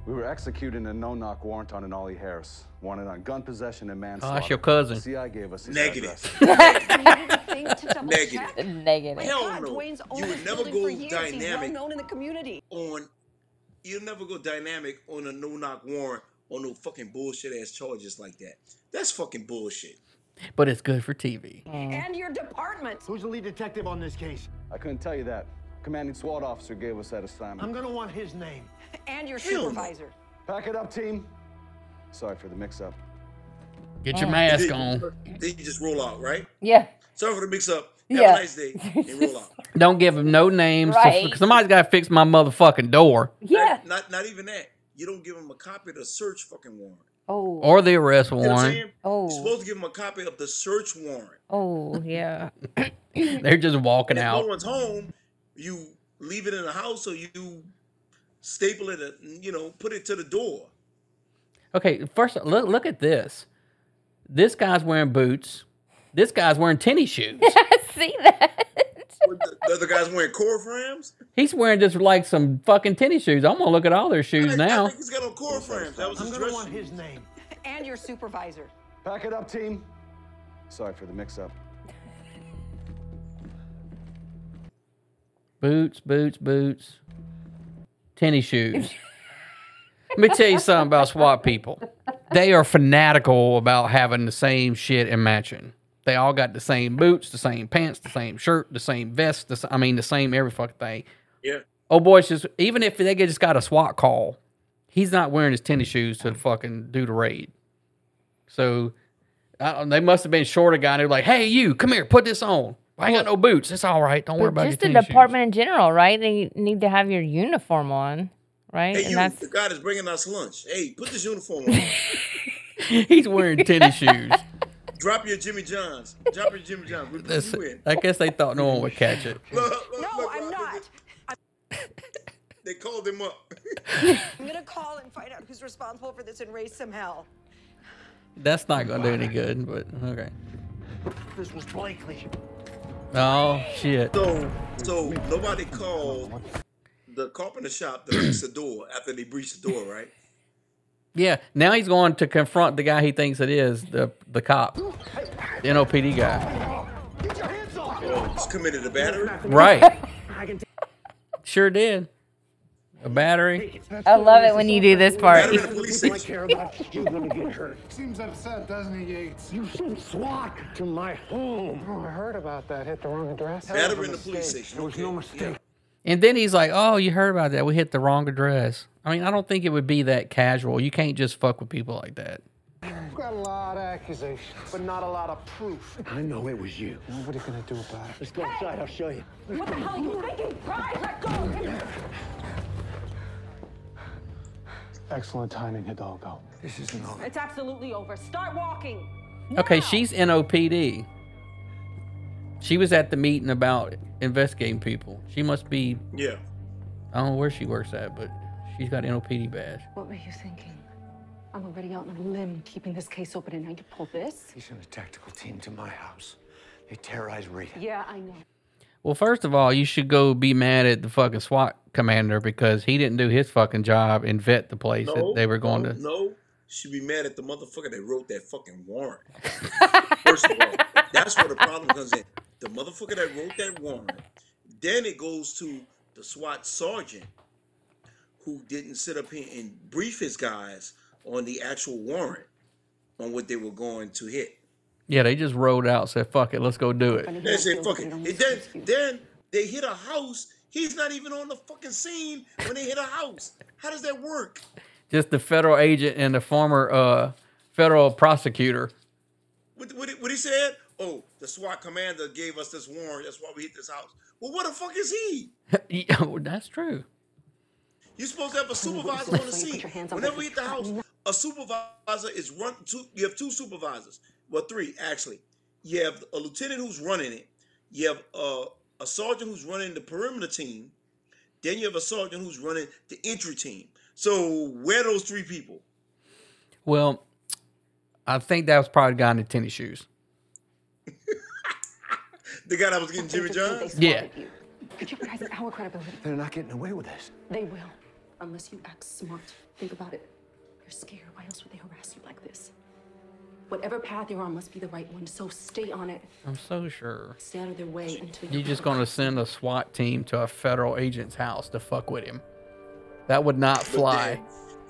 We were executing a no-knock warrant on an Ollie Harris, wanted on gun possession and manslaughter.
your cousin.
The CI gave us his
Negative.
address.
Negative.
Negative.
Hell
God,
no.
Dwayne's owned
you
this
would never
building for
go
years. He's well
dynamic
known in the community.
on you'll never go dynamic on a no knock warrant on no fucking bullshit ass charges like that. That's fucking bullshit.
But it's good for TV.
And your department.
Who's the lead detective on this case?
I couldn't tell you that. Commanding SWAT officer gave us that assignment.
I'm gonna want his name.
And your
Hell no.
supervisor.
Pack it up, team. Sorry for the mix-up.
Get your mask on.
Then you just roll out, right?
Oh. Yeah.
Sorry for the mix up. Have
Yeah.
a nice
*laughs*
day. And roll out.
Don't give them no names.
Right.
Right. Somebody's got to fix my motherfucking door
Yeah.
Not, not not even that. You don't give them a copy of the search fucking warrant.
Oh.
or the arrest
You know what I'm
warrant.
saying? You're supposed to give them a copy of the search warrant.
Oh yeah.
They're just *laughs* walking
If
out.
no one's home, you leave it in the house or you staple it, uh, you know, put it to the door.
Okay, first look look at this. This guy's wearing boots. This guy's wearing tennis shoes.
See that?
The other guy's wearing Corframs.
He's wearing just like some fucking tennis shoes. I'm gonna look at all their shoes now.
He's got on Corframs. That was
I'm
his
gonna
dress
want
shoes.
his name.
And your supervisor.
Pack it up, team. Sorry for the mix-up.
Boots, boots, boots. Tennis
*laughs*
shoes. Let me tell you something about SWAT people. They are fanatical about having the same shit and matching. They all got the same boots, the same pants, the same shirt, the same vest. The, s- I mean, the same every fucking thing.
Yeah.
Oh boy, just even if they just got a SWAT call, he's not wearing his tennis shoes to fucking do the raid. So I don't, they must have been short a guy. and They're like, "Hey, you, come here, put this on. I ain't got no boots. It's all right. Don't worry
But
about
just
your
the
tennis shoes."
department in general, right? They need to have your uniform on, right?
Hey,
and
you,
*laughs*
that's
the God is bringing us lunch. Hey, put this uniform
*laughs*
on.
*laughs* He's wearing tennis shoes.
Drop your Jimmy Johns. Drop your Jimmy Johns. We put
That's-
you in.
I guess they thought no one would catch it.
Look, look, look, look, look.
I'm not.
*laughs* They They called him up.
I'm gonna call and find out who's responsible for this and raise some hell.
That's not gonna do any good, but okay.
This was Blakely.
Oh shit.
So, so nobody called the carpenter shop to fix the door after they breached the door, right?
Yeah, now he's going to confront the guy he thinks it is, the the cop. The NOPD guy.
Or just committed a battery?
Right. Sure did. A battery.
I love it when you do this part. *laughs*
You're gonna get hurt. Seems upset, doesn't he, Yates? You sent SWAT to my home. Oh, I heard about that. Hit the wrong address.
Battery in the police station.
There was no mistake.
And then he's like, "Oh, you heard about that? We hit the wrong address." I mean, I don't think it would be that casual. You can't just fuck with people like that.
You've got a lot of accusations, but not a lot of proof. I know it was you. What are you gonna do about it? Let's go inside. I'll show you.
*laughs* What the hell are you thinking? Brian, let go!
Excellent timing, Hidalgo. This isn't over.
It's absolutely over. Start walking.
Okay, she's NOPD. She was at the meeting about investigating people. She must be
Yeah.
I don't know where she works at, but she's got NOPD badge.
What were you thinking? I'm already out on a limb keeping this case open, and now you pull this?
He sent a tactical team to my house. They terrorized Rita.
Yeah, I know.
Well, first of all, you should go be mad at the fucking SWAT commander because he didn't do his fucking job and vet the place that they were going
no,
to.
No, should be mad at the motherfucker that wrote that fucking warrant. First of all, that's where the problem comes in. The motherfucker that wrote that warrant. Then it goes to the SWAT sergeant who didn't sit up here and brief his guys on the actual warrant on what they were going to hit.
Yeah, they just rolled out, said, "Fuck it, let's go do it."
They said, fuck it. And then, then they hit a house. He's not even on the fucking scene when they hit a house. How does that work?
Just the federal agent and the former uh, federal prosecutor.
What, what, he- what he said? Oh, the SWAT commander gave us this warrant. That's why we hit this house. Well, what the fuck is he?
Yeah, well, *laughs* That's true.
You're supposed to have a supervisor on the scene. Whenever we hit the house, a supervisor is run. Two, you have two supervisors. Well, three actually. You have a lieutenant who's running it. You have uh, a sergeant who's running the perimeter team. Then you have a sergeant who's running the entry team. So where are those three people?
Well, I think that was probably the guy in the tennis shoes.
The guy that was getting Jimmy John.
Yeah,
Could you guys, our credibility?
They're not getting away with this.
They will, unless you act smart. Think about it. You're scared. Why else would they harass you like this? Whatever path you're on must be the right one, so stay on it.
I'm so sure.
Stay out of their way until you.
You're just gonna send a SWAT team to a federal agent's house to fuck with him. That would not fly.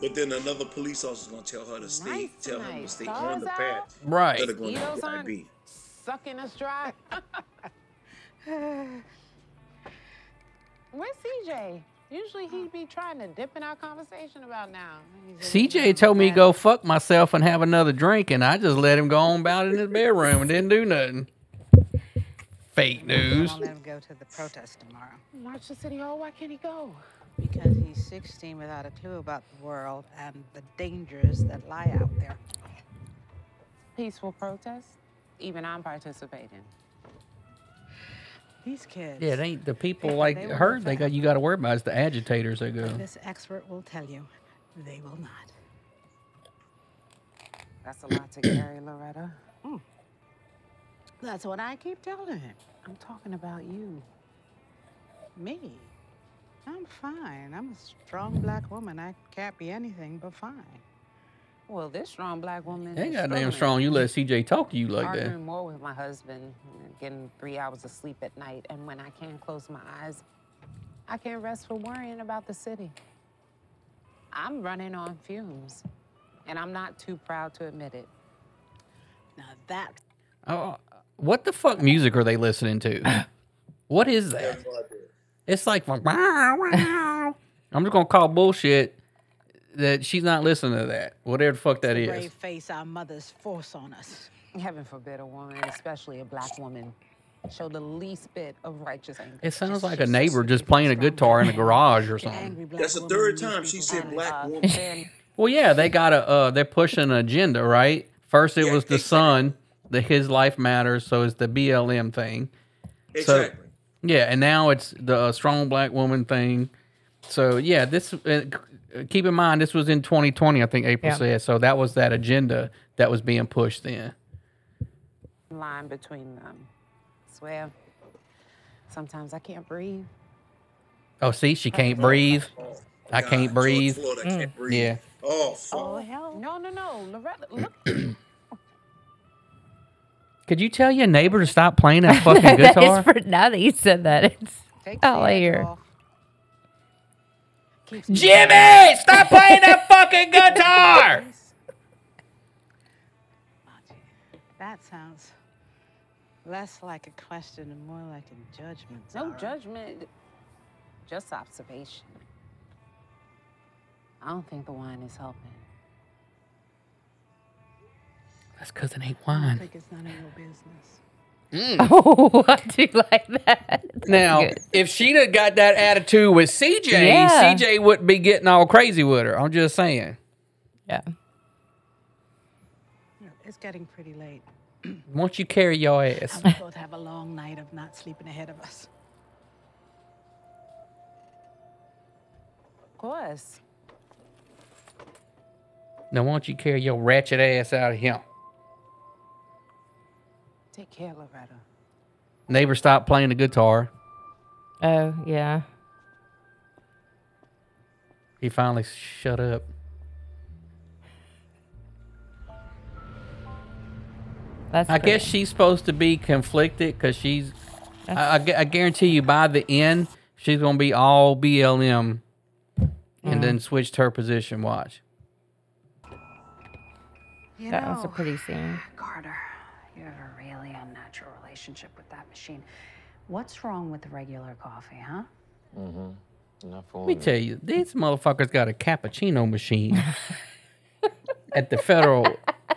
But then another police officer's gonna tell her to stay. tell him to stay on the
Those
path.
Right.
That are going to
Mosquitoes aren't
IB.
sucking us dry. *laughs* Where's CJ? Usually he'd be trying to dip in our conversation about now.
CJ told me to go fuck myself and have another drink, and I just let him go on about it in his bedroom and didn't do nothing. Fake news.
I'll let him go to the protest tomorrow.
March to City Hall, why can't he go?
Because he's 16 without a clue about the world and the dangers that lie out there.
Peaceful protest? Even I'm participating.
These kids.
Yeah, it ain't the people like
They will
her. They got you got to worry about is the agitators that go.
This expert will tell you they will not.
That's a lot to carry, *clears throat* Loretta.
Mm. That's what I keep telling him.
I'm talking about you.
Me? I'm fine. I'm a strong black woman. I can't be anything but fine.
Well, this strong black woman.
Ain't
is
goddamn
struggling.
strong. You let CJ talk to you like that.
Arguing more with my husband, getting three hours of sleep at night, and when I can't close my eyes, I can't rest for worrying about the city. I'm running on fumes, and I'm not too proud to admit it.
Now that
Oh, what the fuck music are they listening to? What is that? It's like wow, wow. I'm just gonna call bullshit that she's not listening to that. Whatever the fuck that
the
is.
brave face our mothers force on us.
Heaven forbid a woman, especially a black woman, show the least bit of righteous anger.
It sounds like a neighbor just playing a guitar in a garage *laughs* or something.
That's the third time she said black woman.
Well, yeah, they got a uh, they're pushing an agenda, right? First, it was the son that his life matters, so it's the BLM thing. So-
Exactly.
yeah, and now it's the uh, strong black woman thing. So yeah, this uh, c- keep in mind this was in 2020, I think April
Yeah.
said. So that was that agenda that was being pushed then.
line between them. Swear. Sometimes I can't breathe.
Oh, see, she can't breathe. I can't breathe.
Floyd, I can't breathe.
Mm. Yeah.
Oh,
Oh hell. No, no, no. Loretta, look.
Could you tell your neighbor to stop playing that fucking
*laughs* That is
guitar?
for, now that you said that, it's out here.
Jimmy, stop playing that fucking guitar.
*laughs* That sounds less like a question and more like a judgment.
No
Zara.
judgment, just observation. I don't think the wine is helping.
That's because it ain't
I
wine.
think it's none of your business.
*laughs* Oh, I do like that.
Mm. Now, if she'd have got that attitude with CJ,
Yeah.
CJ wouldn't be getting all crazy with her. I'm just saying.
Yeah.
Look, It's getting pretty late.
Once you carry your ass.
And we both have a long night of not sleeping ahead of us.
Of course.
Now, why don't you carry your ratchet ass out of here?
Take care, Loretta.
Neighbor, stop playing the guitar.
Oh, yeah.
He finally shut up.
That's
I
pretty.
guess she's supposed to be conflicted because she's. I, I gu- I guarantee you, by the end, she's gonna be all BLM, and then switched her position. Watch.
You
that was a
know,
pretty scene.
Carter, you have a really unnatural relationship with that machine. What's wrong with the regular coffee, huh?
Mm-hmm. Not for
Let me tell you, these motherfuckers got a cappuccino machine at the federal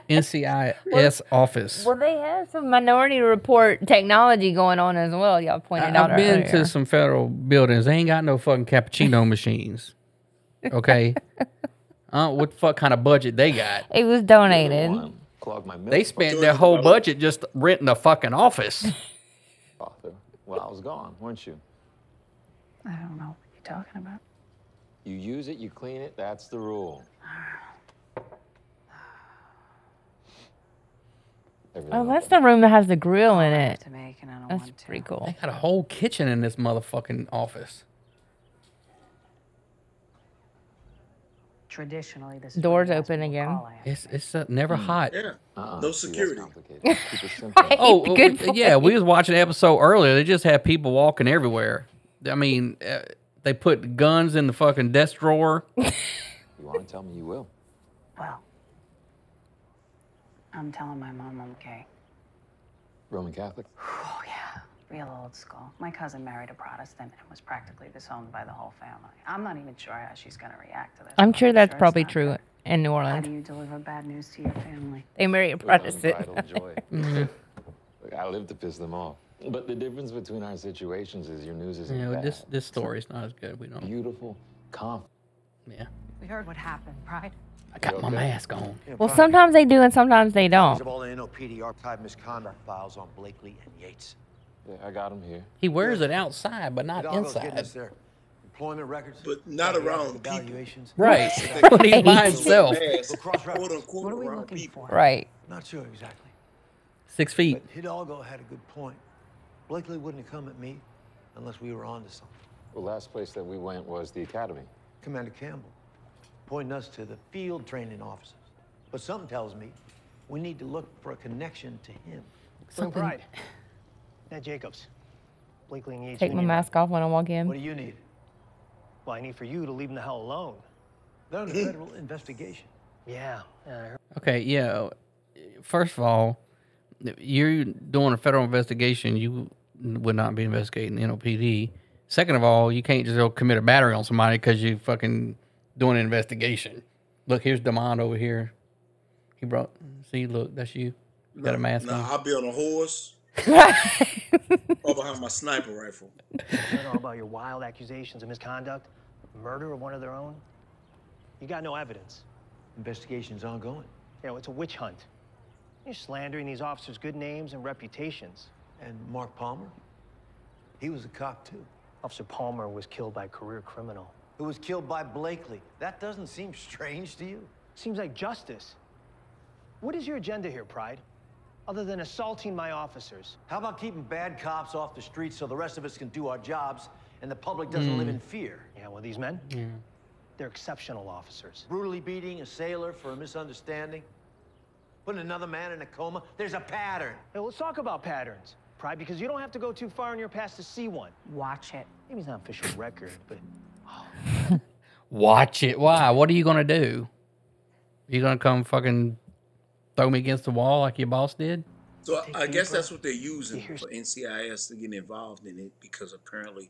NCIS office.
Well, they have some Minority Report technology going on as well. Y'all pointed
I-
out
I've been
earlier.
to some federal buildings. They ain't got no fucking
*laughs*
cappuccino machines. Okay. uh, what the fuck kind of budget they got?
It was donated.
Clog my milk.
They spent their whole budget just renting a fucking office.
Father. Well, I was gone, weren't you?
I don't know what you're talking about.
You use it, you clean it. That's the rule.
*laughs* Oh, that's the room that has the grill in it.
To make, and I don't
That's
want to.
pretty cool.
Got a whole kitchen in this motherfucking
*laughs*
office.
Traditionally, this is
Doors open again. Hmm.
It's it's uh,
Hmm.
never hot. Yeah.
Uh-uh.
no security.
*laughs*
*laughs*
Right,
Oh, uh,
good
we- yeah. We
point.
was watching an episode earlier. They just had people walking everywhere. I mean, uh, they put guns in the fucking desk
*laughs*
drawer.
You want to tell me you will?
Well, I'm telling my mom I'm gay.
Roman Catholic.
Oh, yeah. Real old school. My cousin married a Protestant and was practically disowned by the whole family. I'm not even sure how she's going to react to this.
I'm sure that's
it's
probably
not
true
good.
in New
How
Orleans.
do you deliver bad news to your family?
They marry a
With
Protestant. *laughs*
unbridled joy. *laughs* Look, I live to piss them off. But the difference between our situations is your news isn't
You know,
bad.
this this story's not as good. We don't.
Beautiful, confident.
Yeah.
We heard what happened, right?
I got my mask on.
well, sometimes they do and sometimes they don't.
Of all the NOPD archive misconduct files on Blakely and Yates.
Yeah, I got him here.
He wears it outside, but not
Hidalgo's getting
inside.
us their employment records,
But not around
evaluations.
Right. *laughs* But he's by himself.
Quote unquote around people.
Right.
Not sure exactly.
Six feet.
Hidalgo had a good point. Blakely wouldn't have come at me unless we were onto something.
The last place that we went was the academy.
Commander Campbell pointing us to the field training officers. But something tells me we need to look for a connection to him.
Something-
Right.
Ned Jacobs. Blakely and Yates.
Take my
Jr..
mask off when I walk in.
What do you need? Well, I need for you to leave them the hell alone.
They're under
*laughs*
federal investigation.
Yeah. yeah, I heard-
Okay, yeah. First of all, you're doing a federal investigation. You would not be investigating the NOPD. Second of all, you can't just go commit a battery on somebody because you fucking doing an investigation. Look, here's Demond over here. He brought. See, look, that's you. You got a mask
Nah,
on.
I'll be on
*laughs*
a horse or behind my sniper rifle.
I heard all about your wild accusations of misconduct, murder of one of their own. You got no evidence.
Investigation's ongoing.
You know, it's a witch hunt. You're slandering these officers' good names and reputations.
And Mark Palmer? He was a cop, too.
Officer Palmer was killed by a career criminal.
who was killed by Blakely. That doesn't seem strange to you.
Seems like justice. What is your agenda here, Pride? Other than assaulting my officers.
How about keeping bad cops off the streets so the rest of us can do our jobs and the public doesn't live
Hmm.
in fear?
Yeah, well, these men, they're exceptional officers.
Brutally beating a sailor for a misunderstanding, putting another man in a coma. There's a pattern.
Hey, let's talk about patterns, Pride, because you don't have to go too far in your past to see one.
Watch it.
Maybe it's not official record, but
Watch it. Why? What are you gonna do? You gonna come fucking throw me against the wall like your boss did?
So I, I guess that's what they're using for NCIS to get involved in it because apparently,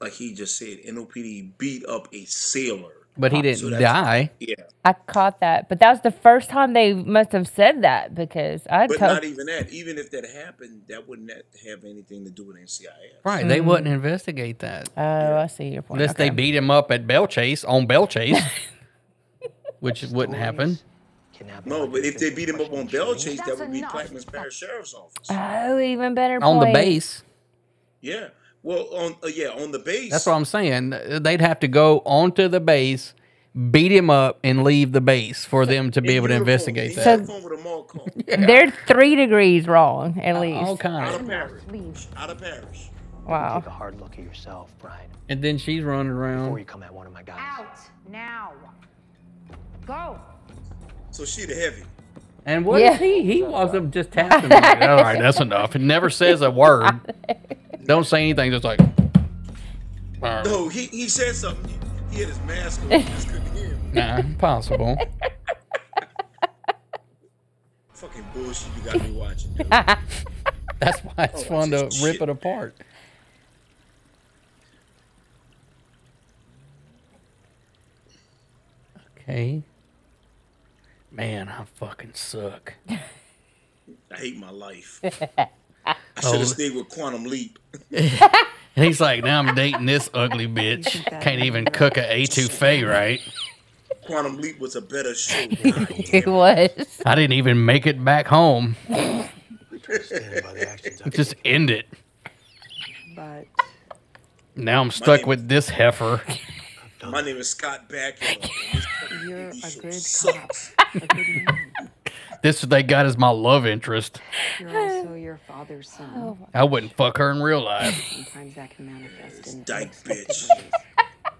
like he just said, NOPD beat up a sailor.
But he
So
didn't
that's-
die.
Yeah.
I caught that, but that was the first time they must have said that because I
But
told
not even that. Even if that happened, that wouldn't have anything to do with NCIS.
Right. They wouldn't investigate that.
Oh, I see your point.
Unless they
Okay.
beat him up at Bell Chase on Bell
*laughs*
Chase, which wouldn't happen.
No, but if they beat him up on Bell Chase, that
That's
would be
enough.
Plaquemines Parish Sheriff's Office.
Oh, even better
On the
point.
base.
Yeah. Well, on uh, yeah, on the base.
That's what I'm saying. They'd have to go onto the base, beat him up, and leave the base for them to be able to investigate that. *laughs*
They're three degrees wrong at least.
Out of parish. Out of parish.
Wow.
take a hard look at yourself, Pride.
And then she's running around.
Come at one of my guys.
Out now. Go.
So she the heavy.
And what is
Yeah.
he? He walks up and
*laughs*
just taps him. Like, All right, that's enough. It never says a *laughs* word. Don't say anything. Just like. "All right."
No, he, he said something. He, he had his
*laughs*
mask on. You just couldn't hear him.
Nah, impossible.
*laughs*
Fucking bullshit you got me
*laughs*
watching, dude.
That's why it's
Oh,
fun to
just
rip
shit.
it apart. Okay. Man, I fucking suck.
I hate my life. I should
Oh.
have stayed with
*laughs*
Quantum Leap.
And he's like, now I'm dating this ugly bitch. Can't even cook a A2 Fay right.
Quantum Leap was a better show.
*laughs* it
*laughs*
was.
I didn't even make it back home. Just end it.
*laughs* But
Now I'm stuck with this heifer.
My name is Scott Bakula.
*laughs* you're a good cop.
Sucks.
A good man.
This they got is my love interest.
*laughs* You're also your father's son.
I wouldn't fuck her in real life.
Sometimes that can manifest in
dyke bitch.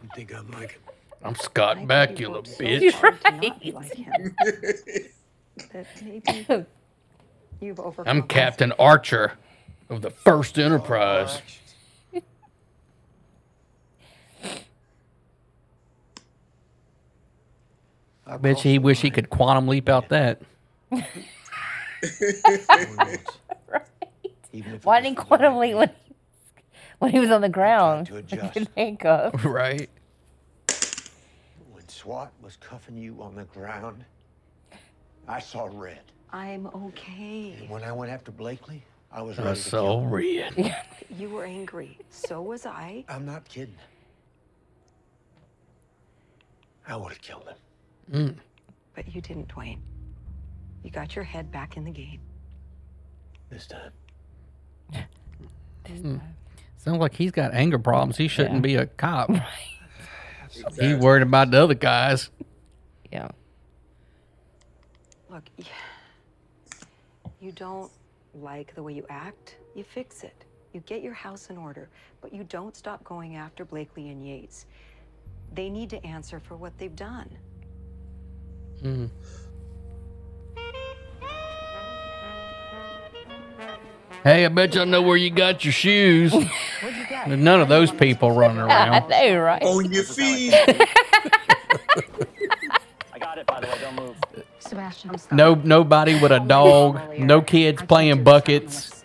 You think I'm like
I'm Scott Bakula,
so
bitch.
hard to not like
*laughs*
him. that
*laughs*
maybe you've overcome.
I'm Captain Archer of the First Enterprise. I bet you he wish he could quantum leap out that.
right. Why didn't Quantum Leap when he, *laughs* when he was on the ground? *laughs* Get
*laughs*
handcuffed.
Right.
When SWAT was cuffing you on the ground, I saw red.
I'm okay.
And when I went after Blakely, I was
I
ready to
saw
kill him.
red.
*laughs* You were angry. So was I.
I'm not kidding. I would have killed him.
But you didn't, Dwayne. You got your head back in the game.
This time.
Mm. Sounds like he's got anger problems. He shouldn't
Yeah.
be a cop. He worried about the other guys.
Yeah.
Look, y- you don't like the way you act, you fix it. You get your house in order, but you don't stop going after Blakely and Yates. They need to answer for what they've done.
Mm. Hey, I bet y'all know where you got your shoes. There's none of those people running
*laughs* I
around.
know, right?
On your
*laughs*
feet.
I got it, by the way. Don't move.
Sebastian, I'm sorry.
No, nobody with a dog. No kids playing buckets.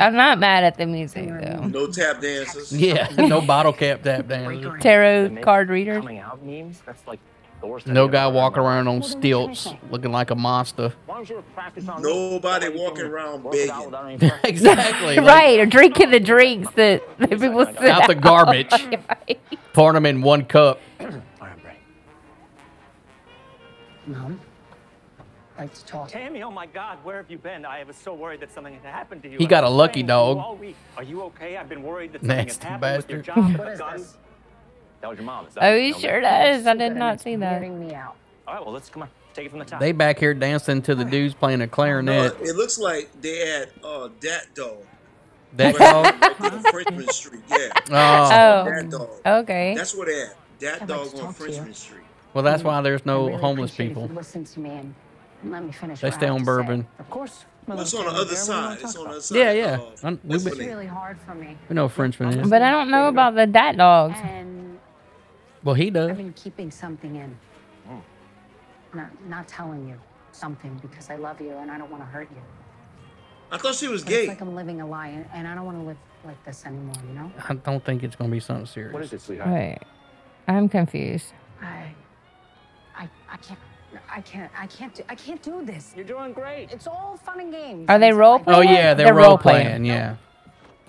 I'm not mad at the music though.
No tap dances.
Yeah, no bottle cap tap dancers.
Tarot card reader. *laughs*
Coming out memes? That's like the worst
No
idea
guy
I've ever
walking
heard.
around on stilts looking like a monster.
Why don't you practice on
Nobody walking around begging.
*laughs* exactly.
right, or drinking the drinks that, that people sit
*laughs* Out the garbage. Pouring them in one cup.
Mom? Like to talk. Tammy, oh my God, where have you been? I was so worried that something had happened to you.
He
I've
got
been
a lucky
praying for you
dog.
all week. Are you okay? I've been worried that something
Nasty
had happened with your
bastard.
job.
What
I've
is
gotten-
this?
That was your mom. Is that
Oh, he
okay?
sure does. I did not see that.
All right, well, let's come on. Take it from the top.
They back here dancing to the dudes playing a *laughs*
*laughs*
clarinet.
It looks like they had uh, that dog.
That
dog? Frenchman Street, yeah.
Oh.
That dog.
Okay.
That's where they at. That dog on Frenchman Street.
Well, that's why there's
I
no
really
homeless
appreciate
people.
Listen to me and let me finish.
They
what I
stay
have
on
to say.
bourbon.
Of course. my
It's
little
on the other
kid over there, we wanna
side. It's
talk
on the other
about
side.
Yeah, yeah.
Oh,
I- we,
it. It's
we-
really hard for me.
we know what Frenchman is.
But I don't know about the dat dogs.
And
Well, he does.
I've been keeping something in.
Hmm.
Not not telling you something because I love you and I don't want to hurt you.
I thought she was
But It's
gay.
like I'm living a lie and, and I don't want to live like this anymore. You know.
I don't think it's going to be something serious.
What is it, sweetheart?
Wait, I'm confused.
I, I, I can't. I can't. I can't. Do, I can't do this. You're doing great. It's all fun and games.
Are they
It's
role
like-
Oh yeah, they're, role playing.
role-playing.
Yeah,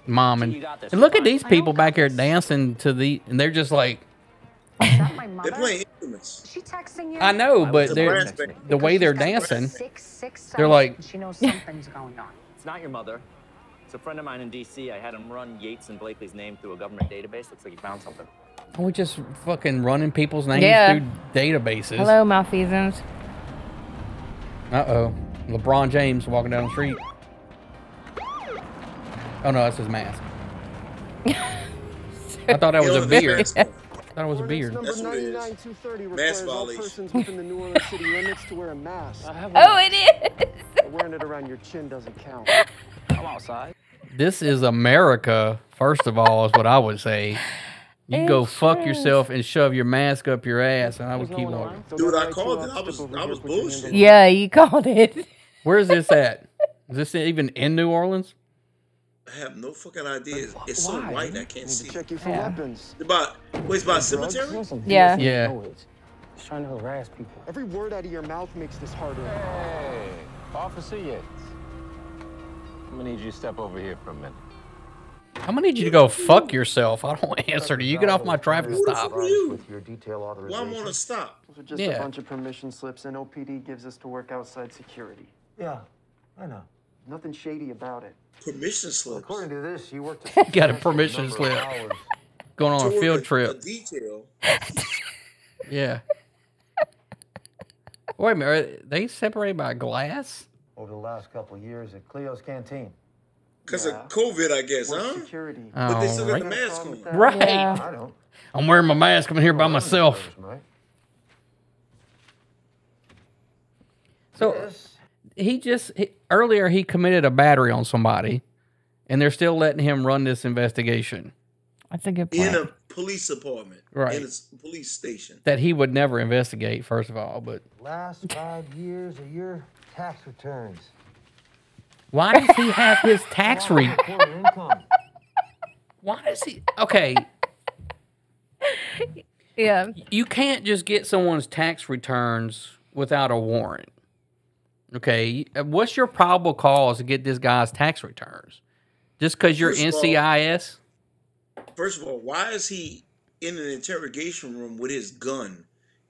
mom and, and look at these people back here dancing to the, and they're just like,
Is
*laughs*
that my mother?
playing instruments.
She texting you.
I know, but
a
they're
brass band.
the way they're dancing.
Six, six,
They're
seven,
like-
and she knows something's going on.
*laughs* It's not your mother. It's a friend of mine in D.C. I had him run Yates and Blakely's name through a government database. Looks like he found something.
We're just fucking running people's names
Yeah.
through databases.
Hello, malfeasance.
Uh oh, LeBron James walking down the street. Oh no, that's his mask. I thought that was a beer.
*laughs*
I thought it was a beard.
Number 99230 requires all
violation.
persons within the New Orleans city limits to wear a mask.
Oh, it
*laughs* is. Wearing it around your chin doesn't count.
I'm outside.
This is America, first of all, is what I would say. You go
It's
fuck
true.
yourself and shove your mask up your ass, and I would keep walking.
Dude, I called it. I was, I was bullshit.
Yeah, you called it.
Where's this at? Is this even in New Orleans?
I have no fucking idea. It's so
why?
white I can't see.
Check you for
Yeah.
weapons.
It's about wait, it's about cemetery.
Yeah.
Yeah.
Just trying to harass people. Every word out of your mouth makes this harder.
Hey, Officer Yates. I'm gonna need you to step over here for a minute.
I'm gonna need you to go fuck yourself. I don't want to answer to you. Get off my traffic stop.
With your detail
Why
authorization.
I want to stop?
Those are just
Yeah.
a bunch of permission slips NOPD gives us to work outside security.
Yeah, I know.
Nothing shady about it.
Permission slips.
According to this,
*laughs*
you worked
Got a permission slip. Going on a field trip.
Detail.
*laughs* Yeah. Wait a minute. Are they separated by glass?
Over the last couple of years at Cleo's Canteen.
Because of COVID, I guess,
Work
huh?
security.
Oh,
But they still got the
Alright.
mask on.
Right.
Yeah. I don't.
I'm wearing my mask. I'm here by myself. So he just he, earlier he committed a battery on somebody, and they're still letting him run this investigation
That's a good
In
point.
a police department.
Right.
In a s- police station.
that he would never investigate. First of all, but
Last five years of your tax returns.
why does he have his tax
*laughs*
re?
Quarter income.
Why does he? Okay,
Yeah.
you can't just get someone's tax returns without a warrant. Okay, what's your probable cause to get this guy's tax returns? Just because you're
First of all-
NCIS?
First of all, why is he in an interrogation room with his gun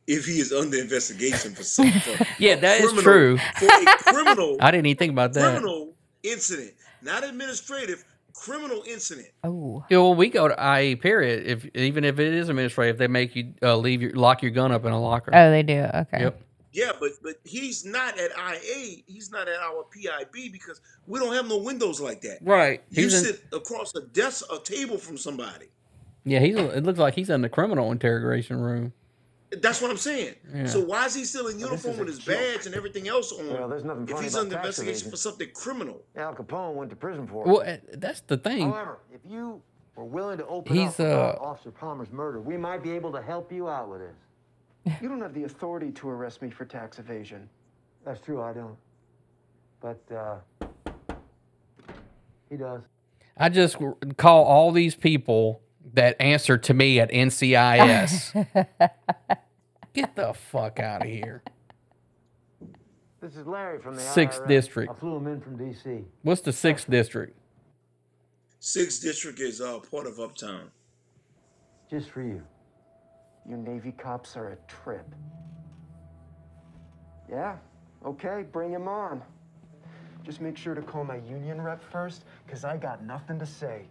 if he is under investigation for
*laughs*
something? for
Yeah,
a
that is
criminal-
true.
For a criminal,
*laughs* I didn't even think about that.
criminal incident, not administrative, criminal incident.
Oh.
Yeah, well, we go to IE period. If even if it is administrative, they make you uh, leave your lock your gun up in a locker.
Oh, they do. Okay.
Yep.
Yeah, but but he's not at IA. He's not at our PIB because we don't have no windows like that.
Right.
You
He's in-
sit across a desk, a table from somebody.
Yeah, he's. It looks like he's in the criminal interrogation room.
That's what I'm saying.
Yeah.
So why is he still in
this
uniform
is a
with his
joke.
badge and everything else on?
Well, there's nothing
if
funny
he's
about
under
tax
investigation
evasion.
for something criminal.
Al Capone went to prison for it.
Well, eh, that's the thing.
However, if you were willing to open
He's,
up about
uh,
Officer Palmer's murder, we might be able to help you out with this.
You don't have the authority to arrest me for tax evasion.
That's true, I don't. But uh, he does.
I just w- call all these people that answer to me at
*laughs*
NCIS. Get the fuck out of here.
This is Larry from the
Sixth
IRS.
District.
I flew him in from D.C.
What's the sixth district?
Sixth district is uh, part of Uptown.
just for you.
You Navy cops are a trip. Yeah, okay, bring him on. Just make sure to call my union rep first, because I got nothing to say.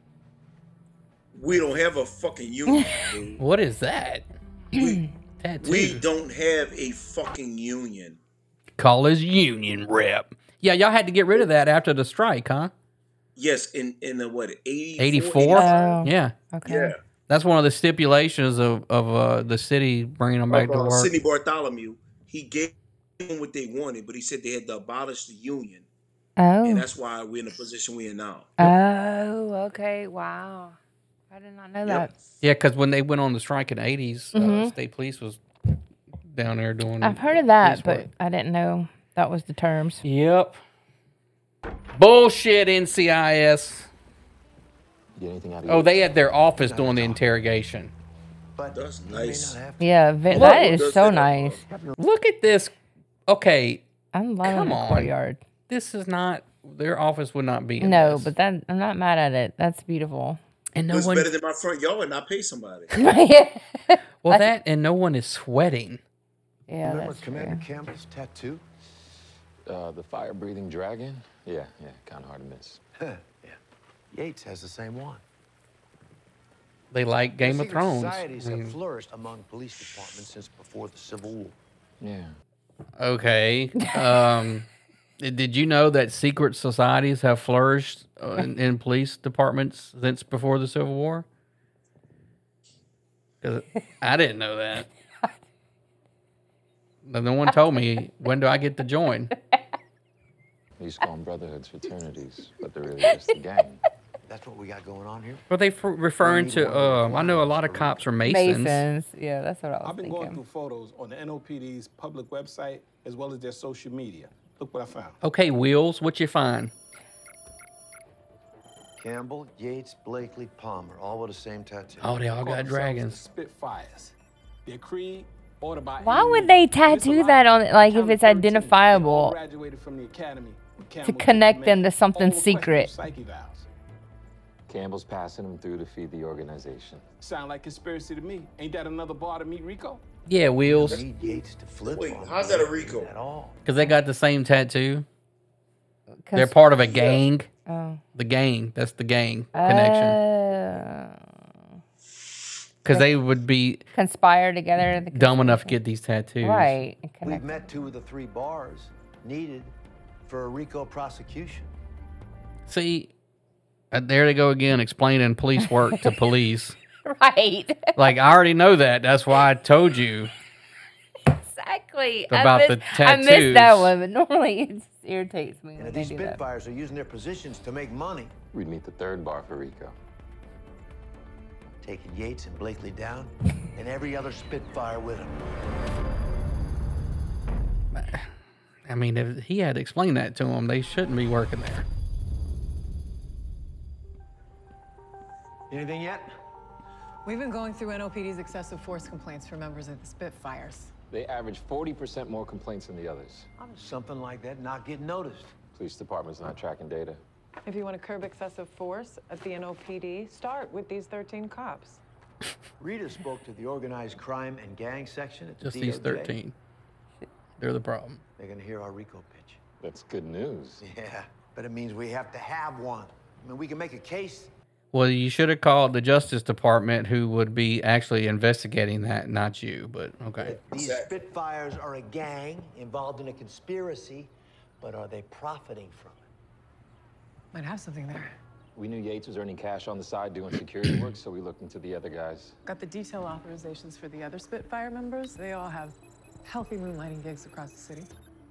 We don't have a
*laughs*
fucking union, dude.
What is
*clears throat*
that? Tattoo.
We don't have a fucking union.
Call his union rep. Yeah, y'all had to get rid of that after the strike, huh?
Yes, in in the what eighty
84? yeah.
Okay. Yeah.
That's one of the stipulations of, of uh, the city bringing them back to work.
Uh, Sidney Bartholomew, he gave them what they wanted, but he said they had to abolish the union,
Oh.
and that's why we're in the position we're in now.
Oh, okay. Wow. I did not know that.
Yeah, because when they went on the strike in the 80s, uh,
Mhm.
state police was down there doing.
I've heard of that,
police work.
but I didn't know that was the terms.
Yep. Bullshit, NCIS.
Get anything out of
Oh,
you?
they at their office doing the interrogation.
That's nice.
Yeah, vi-
Look,
that is
does
so
that-
nice.
Look at this. Okay.
I'm loving
Come
the
on.
courtyard.
This is not, their office would not be in
No,
this.
but that I'm not mad at it. That's beautiful.
And
It's better than my front yard, and I pay somebody.
*laughs* Well, that and no one is sweating.
Yeah,
Remember
that's
Commander Campbell's tattoo?
Uh, the fire-breathing dragon? Yeah, yeah, kind of hard to miss.
Huh, yeah. Yates has the same one.
They like Game
The
of
secret
Thrones.
Societies
I
have
mean,
flourished among police departments since before the Civil
*laughs*
War.
Yeah.
Okay. Um, did you know that secret societies have flourished uh, in, in police departments since before the Civil War? 'Cause I didn't know that. No no one told me. When do I get to join?
They used to call them brotherhoods, fraternities, but they're really just a gang.
That's what we got going on here.
Were they f- referring to? Um, I know a lot of cops are Masons.
Masons. Yeah, that's what I was
I've been
thinking.
going through photos on the NOPD's public website as well as their social media. Look what I found.
Okay, Wheels, what you find?
Campbell, Yates, Blakely, Palmer, all with the same tattoo.
Oh, they all got dragons.
Spitfires. Their creed, ordered by
Why would they tattoo that on it? Like if it's identifiable
graduated from the academy.
to connect them to something secret.
Psyche vows.
Campbell's passing them through to feed the organization.
Sound like conspiracy to me. Ain't that another bar to meet Rico?
Yeah, Wheels,
Need Yates to flip
Wait,
on
how's that a Rico?
At all.
because they got the same tattoo. They're part of a gang.
Oh.
The gang. That's the gang connection.
Oh.
Because they would be
conspire together. to
*laughs* dumb enough to get these tattoos.
Right.
We've met two of the three bars needed for a Rico prosecution.
See, uh, there they go again, explaining police work to police.
*laughs* Right. *laughs*
Like, I already know that. That's why I told you.
Exactly.
About
I
the
miss, I missed
tattoos.
that one, *laughs* but normally it just irritates me.
And
When
if
they
these
do that.
Spitfires are using their positions to make money,
We'd meet the third bar for Rico.
taking Yates and Blakely down and every other Spitfire with them.
I mean, if he had to explain that to them, they shouldn't be working there.
Anything yet?
We've been going through NOPD's excessive force complaints from members of the Spitfires.
They average 40% more complaints than the others.
Something like that not getting noticed.
Police department's not tracking data.
If you want to curb excessive force at the NOPD, start with these 13 cops.
Rita spoke to the organized crime and gang section at the
Just these
DOJ.
13. They're the problem.
They're gonna hear our Rico pitch.
That's good news.
Yeah, but it means we have to have one. I mean, we can make a case.
Well, you should have called the Justice Department, who would be actually investigating that, not you, but okay.
These Spitfires are a gang involved in a conspiracy, but are they profiting from it?
Might have something there.
We knew Yates was earning cash on the side doing security *coughs* work, so we looked into the other guys.
Got the detail authorizations for the other Spitfire members. They all have healthy moonlighting gigs across the city.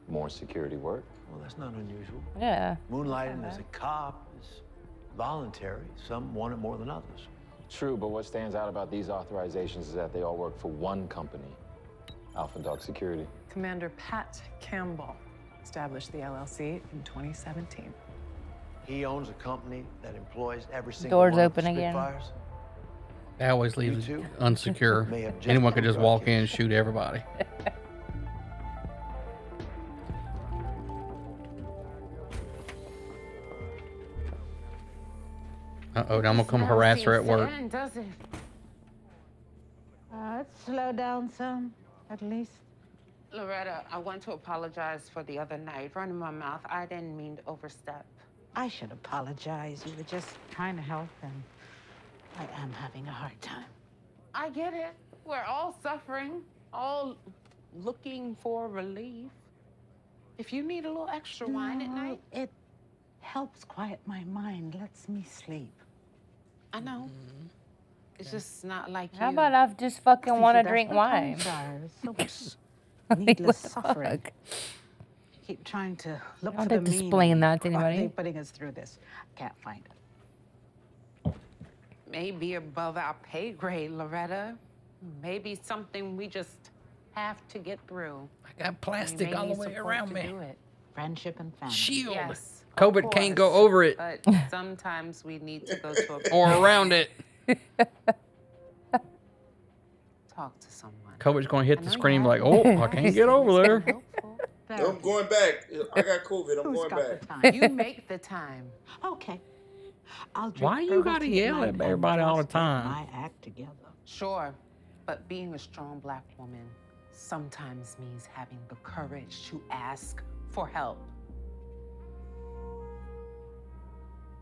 More security work.
Well, that's not unusual.
Yeah.
Moonlighting as a cop is voluntary. Some want it more than others.
True, but what stands out about these authorizations is that they all work for one company, Alpha Dog Security.
Commander Pat Campbell established the LLC in 2017.
He owns a company that employs every single
Doors
one of the
open again.
Spitfires.
That always leaves
You
it
too?
unsecure.
*laughs* May have just
Anyone could just
been
walk in and shoot
*laughs*
everybody. Uh oh, now I'm gonna come harass her at work.
does it? Uh, let's slow down some, at least.
Loretta, I want to apologize for the other night. Running my mouth, I didn't mean to overstep.
I should apologize. You were just trying to help him.
I am having a hard time.
I get it. We're all suffering, all looking for relief. If you need a little extra wine at
No,
night,
It helps quiet my mind, lets me sleep.
I know. It's just not like
How
you.
about I just fucking
Sushi,
want to
that's
drink
what
wine?
times are. So much
*laughs*
*laughs* Like,
*laughs* needless
what the
suffering.
fuck?
Keep trying to look
Y'all
for the
didn't explain
meaning.
that to
Why are they
anybody.
putting us through this? Can't find it.
Maybe above our pay grade, Loretta. Maybe something we just have to get through.
I got
plastic may all the need way support around to me. do it.
Friendship and family.
Shield. Yes, of
COVID can't go
course,
over it. *laughs*
But sometimes we need to go to a
or around
*laughs*
it.
*laughs* Talk to
*laughs*
someone.
COVID's going to hit the screen like, oh,
*laughs*
I can't get over there.
I'm going back. I got COVID. I'm going back. *laughs*
you make the time.
Okay. I'll drink
Why you
herbal
gotta
tea
yell
tonight
at
and
everybody all the
just get
time?
My act together.
Sure, but being a strong black woman sometimes means having the courage to ask for help.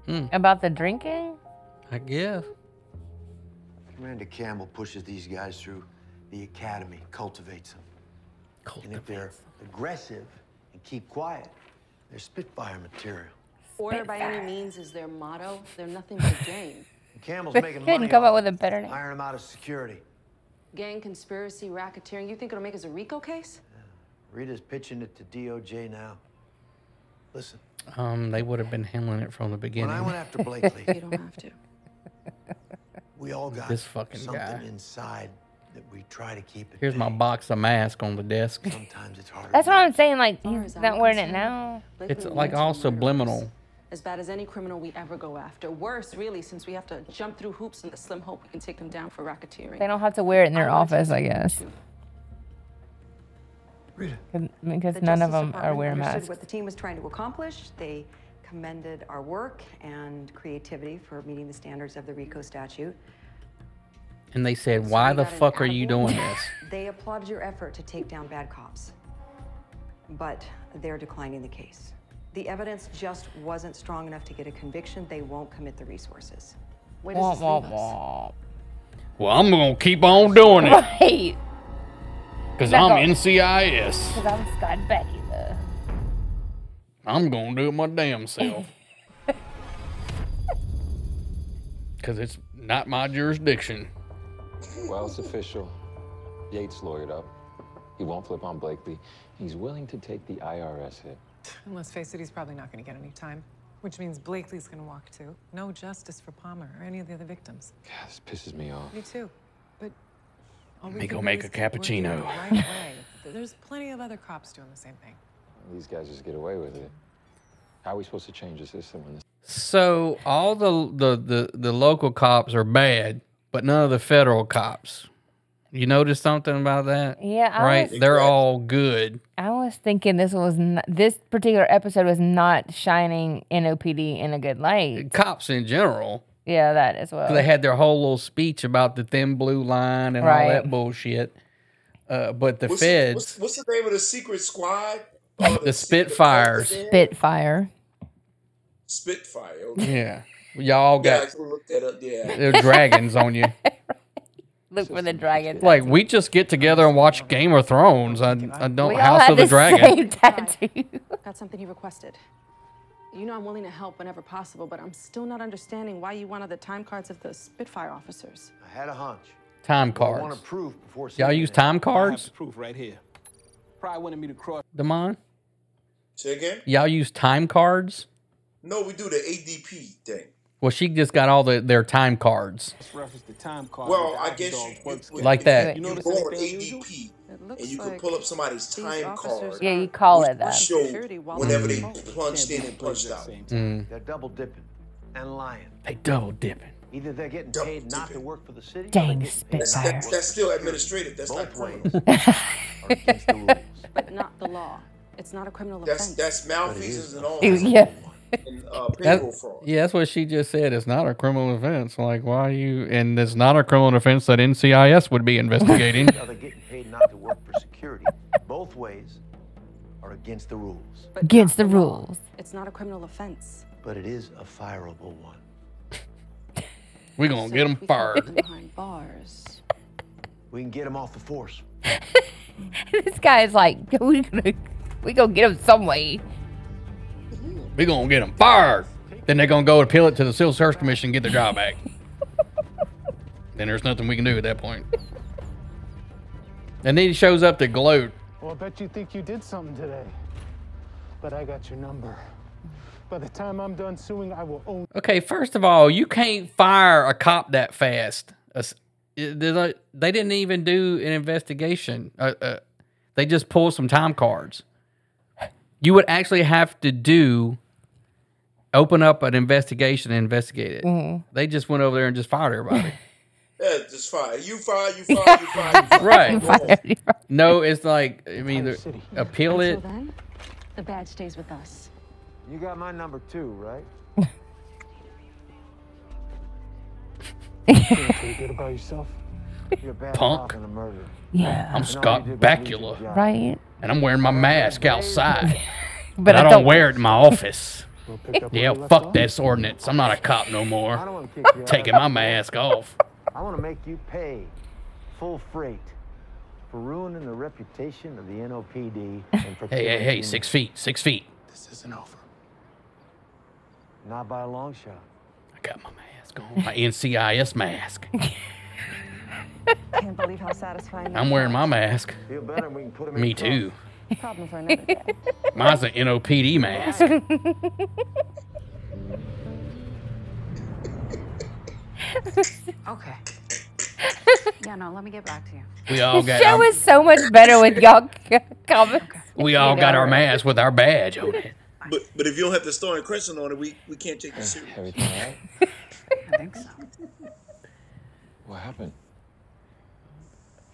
Hmm.
About the drinking?
I guess.
Commander Campbell pushes these guys through the academy, cultivates them. And if they're aggressive and keep quiet, they're Spitfire material.
Order by any means is their motto. They're nothing but game.
And *laughs* Campbell's
But
making
couldn't
money
come
off
up with
it.
a better name.
Hiring them out of security.
Gang conspiracy, racketeering. You think it'll make us a RICO case?
Rita's pitching it to DOJ now. Listen,
Um, they would have been handling it from the beginning.
when I
*laughs*
went after Blakely,
to.
We all got
This fucking
something
guy.
inside that we try to keep it.
Here's my box of mask on the desk.
Sometimes it's harder.
That's what I'm saying. Like
as
he's
I'm
not wearing it
concerned,
now.
Blakely
It's like
mentioned
all subliminal.
As bad as any criminal we ever go after. Worse, really, since we have to jump through hoops in the slim hope we can take them down for racketeering.
They don't have to wear it in their office, I guess.
Rita.
Because
The
none of
Justice
them are
Department
wearing
understood
masks.
What the team was trying to accomplish, they commended our work and creativity for meeting the standards of the RICO statute.
And they said, why the
got an
fuck are you
edible.
doing
*laughs*
this?
They applauded your effort to take down bad cops, but they're declining the case. The evidence just wasn't strong enough to get a conviction. They won't commit the resources. Where does this leave us?
Well, I'm going to keep on doing
*laughs*
it.
Right.
Because
Back off.
I'm NCIS.
Because I'm Scott Becky, though.
I'm going to do it my damn self. Because it's not my jurisdiction.
Well, it's official. Yates lawyered up. He won't flip on Blakely. He's willing to take the IRS hit.
And let's face it, he's probably not going to get any time, which means Blakely's going to walk too. No justice for Palmer or any of the other victims.
This pisses me off.
Me too. But all we
Me
can
go
do
make
is
a
keep working it
cappuccino.
the right way. There's plenty of other cops doing the same thing.
These guys just get away with it. How are we supposed to change the system when this
So all the, the the the local cops are bad, but none of the federal cops. You notice something about that?
Yeah, I
right.
was-
They're all good.
*laughs* I was thinking this was not, this particular episode was not shining NOPD in a good light.
Cops in general.
Yeah, that as well.
They had their whole little speech about the thin blue line and all that
Right.
bullshit. Uh, but the
What's-
feds,
What's, what's the name of the secret squad?
the, Spitfires.
Spitfire.
Spitfire. Okay.
Yeah, y'all
Yeah, I
got
could've looked that up. Yeah.
they're dragons on
*laughs*
you.
Look for the dragon.
Like we just get together and watch Game of Thrones. I, I don't
We all
House
had
of the,
the
Dragon.
same tattoo.
Got something you requested. You know I'm willing to help whenever possible, but I'm still not understanding why you wanted the time cards of the Spitfire officers.
I had a hunch.
Time
But I want
cards.
to prove before
Y'all
seeing
use
it.
time cards,
Proof right here. Pride wanted me to cross.
Damon?
Say again?
Y'all use time cards?
No, we do the ADP thing.
Well, she just got all the, their time cards.
reference to time card.
Well,
with the
I
Odd
guess
Dog
you,
Works
you,
Like that.
You
You
know
notice
go on
anything
ADP, and
looks
you can
like
pull up somebody's
these
time
officers
card.
Yeah, you call it
which
that.
show
while
whenever
they're
they
on hold.
punched in and punched out.
Mm.
They're double dipping and lying.
They double dipping.
Either they're getting paid not to work for the city.
Dang
That's,
Spitfire.
that's, that's still administrative. That's not criminal.
*laughs*
but not the law. It's not a criminal
That's
offense.
that's malfeasance and all.
Dude, yeah.
And uh,
That-
payroll fraud.
yeah, that's what she just said. It's not a criminal offense. Like, why are you? And it's not a criminal offense that NCIS would be
*laughs*
investigating.
Are they getting paid not to work for security? Both ways are against the rules,
But
Against the
not law.
rules.
It's not a criminal offense.
but it is a fireable one.
We're going to get them fired.
*laughs*
Behind bars.
We can get him off the force.
*laughs* this guy is like, we gonna, we gonna get him some way.
We're going to get them fired. Then they're going to go appeal it to the Civil Service Commission and get their job
*laughs*
back. then there's nothing we can do at that
*laughs*
point. And then he shows up to gloat.
Well, I bet you think you did something today. But I got your number. By the time I'm done suing, I will own
Okay, first of all, you can't fire a cop that fast. Us- it- They don't- they didn't even do an investigation. Uh, uh, they just pulled some time cards. You would actually have to do open up an investigation and investigate it.
Mhm.
They just went over there and just fired everybody.
Yeah, just fire. You fire,
*laughs*
you fire, you fire, you *laughs* fire.
right? No, it's like I mean, either appeal it.
Until then, the badge stays with us.
You got my number too,
*laughs*
right?
feel pretty good about yourself.
You're a bad
Punk.
cop and a murderer.
Yeah.
I'm Scott Bakula,
Right.
And I'm wearing my mask outside,
*laughs* But
but,
I
I don't
don't-
wear it
*laughs*
in my office. yeah, fuck this ordinance. I'm not a cop *laughs* no more. Taking my mask *laughs* off.
I want to make you pay full freight for ruining the reputation of the NOPD and for
Hey, hey, hey, six feet, six feet.
This isn't over. Not by a long shot.
I got my mask on. My NCIS mask.
Can't believe how satisfying.
I'm wearing my mask.
Feel better, we can put him in
Me
trunk.
too.
Problem for
*laughs*
another day.
Mine's an NOPD mask.
okay. Yeah, no, let me get back to you.
*laughs*
We all
the
got
show
our-
is so much better with y'all *laughs* c- comments.
We all got our mask with our badge on it.
But but if you don't have the star and crescent on it, we, we can't take you serious.
Everything all right?
I think so.
What happened?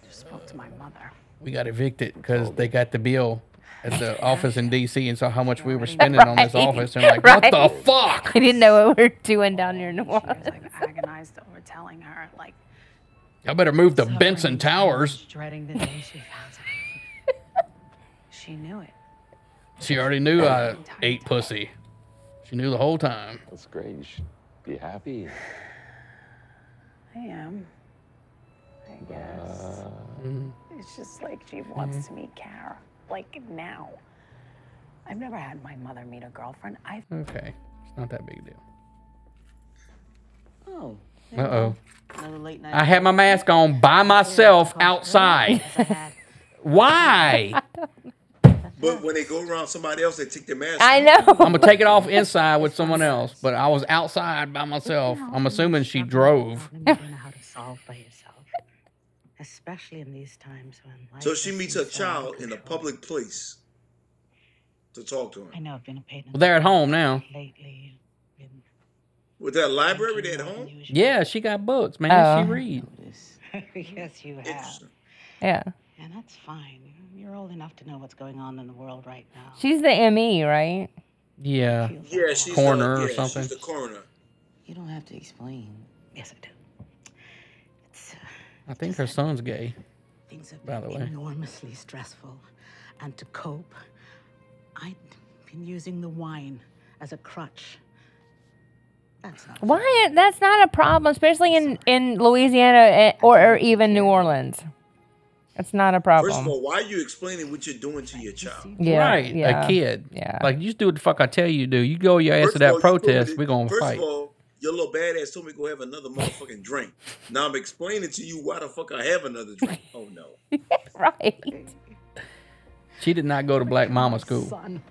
Just spoke to my mother.
We got evicted because they got the bill at
*laughs*
the office in DC and saw how much we were spending on this
*laughs* Right,
office. And like, what the
right.
fuck?
*laughs* I didn't know what we were doing down here in the water.
Agonized over telling her, like,
I better move to Benson Towers.
dreading the day she found *laughs* out. she knew it.
She already knew I ate pussy. She knew the whole time.
That's great. You should be happy.
I am. I guess.
Uh,
Mm-hmm. It's just like she wants to meet Kara, like now. I've never had my mother meet a girlfriend. I've.
Okay. It's not that big a deal.
Oh.
Uh oh.
Another late night.
I had my mask on by myself outside. *laughs* Why?
*laughs* But when they go around somebody else, they take their mask.
I'm gonna take it off inside with someone else, but I was outside by myself. I'm assuming she drove.
how to solve by yourself, especially in these times when
*laughs*
life.
So she
just
meets a
seems so out of
child in a
control.
public place to talk to him.
I know I've been a pain. in
Well, they're at home now.
Lately, been
With that library, they at home.
Yeah, she got books, man.
Oh.
She read.
*laughs* yes, you have.
Yeah.
And that's fine. You're- You're old enough to know what's going on in the world right now.
She's the ME, right?
Yeah.
Yeah, she's the-
coroner
yeah,
or something.
She's the coroner.
You don't have to explain. Yes, I do. It's, uh,
I think her son's gay.
things have
By
been
the way.
enormously stressful, and to cope, I've been using the wine as a crutch. That's not
Why? That's not a problem, especially in, in Louisiana eh, or, or even New Orleans. It's not a
First of
problem.
all, why are you explaining what you're doing to your child?
Yeah,
right,
yeah,
a kid.
yeah.
Like you just do what the fuck I tell you to do. You go your ass to that protest, we're gonna
First
fight.
of all, your little badass told me go have another motherfucking drink. Now I'm explaining to you why the fuck I have another
*laughs*
drink. Oh no.
right.
She did not go to Black Mama school.
son.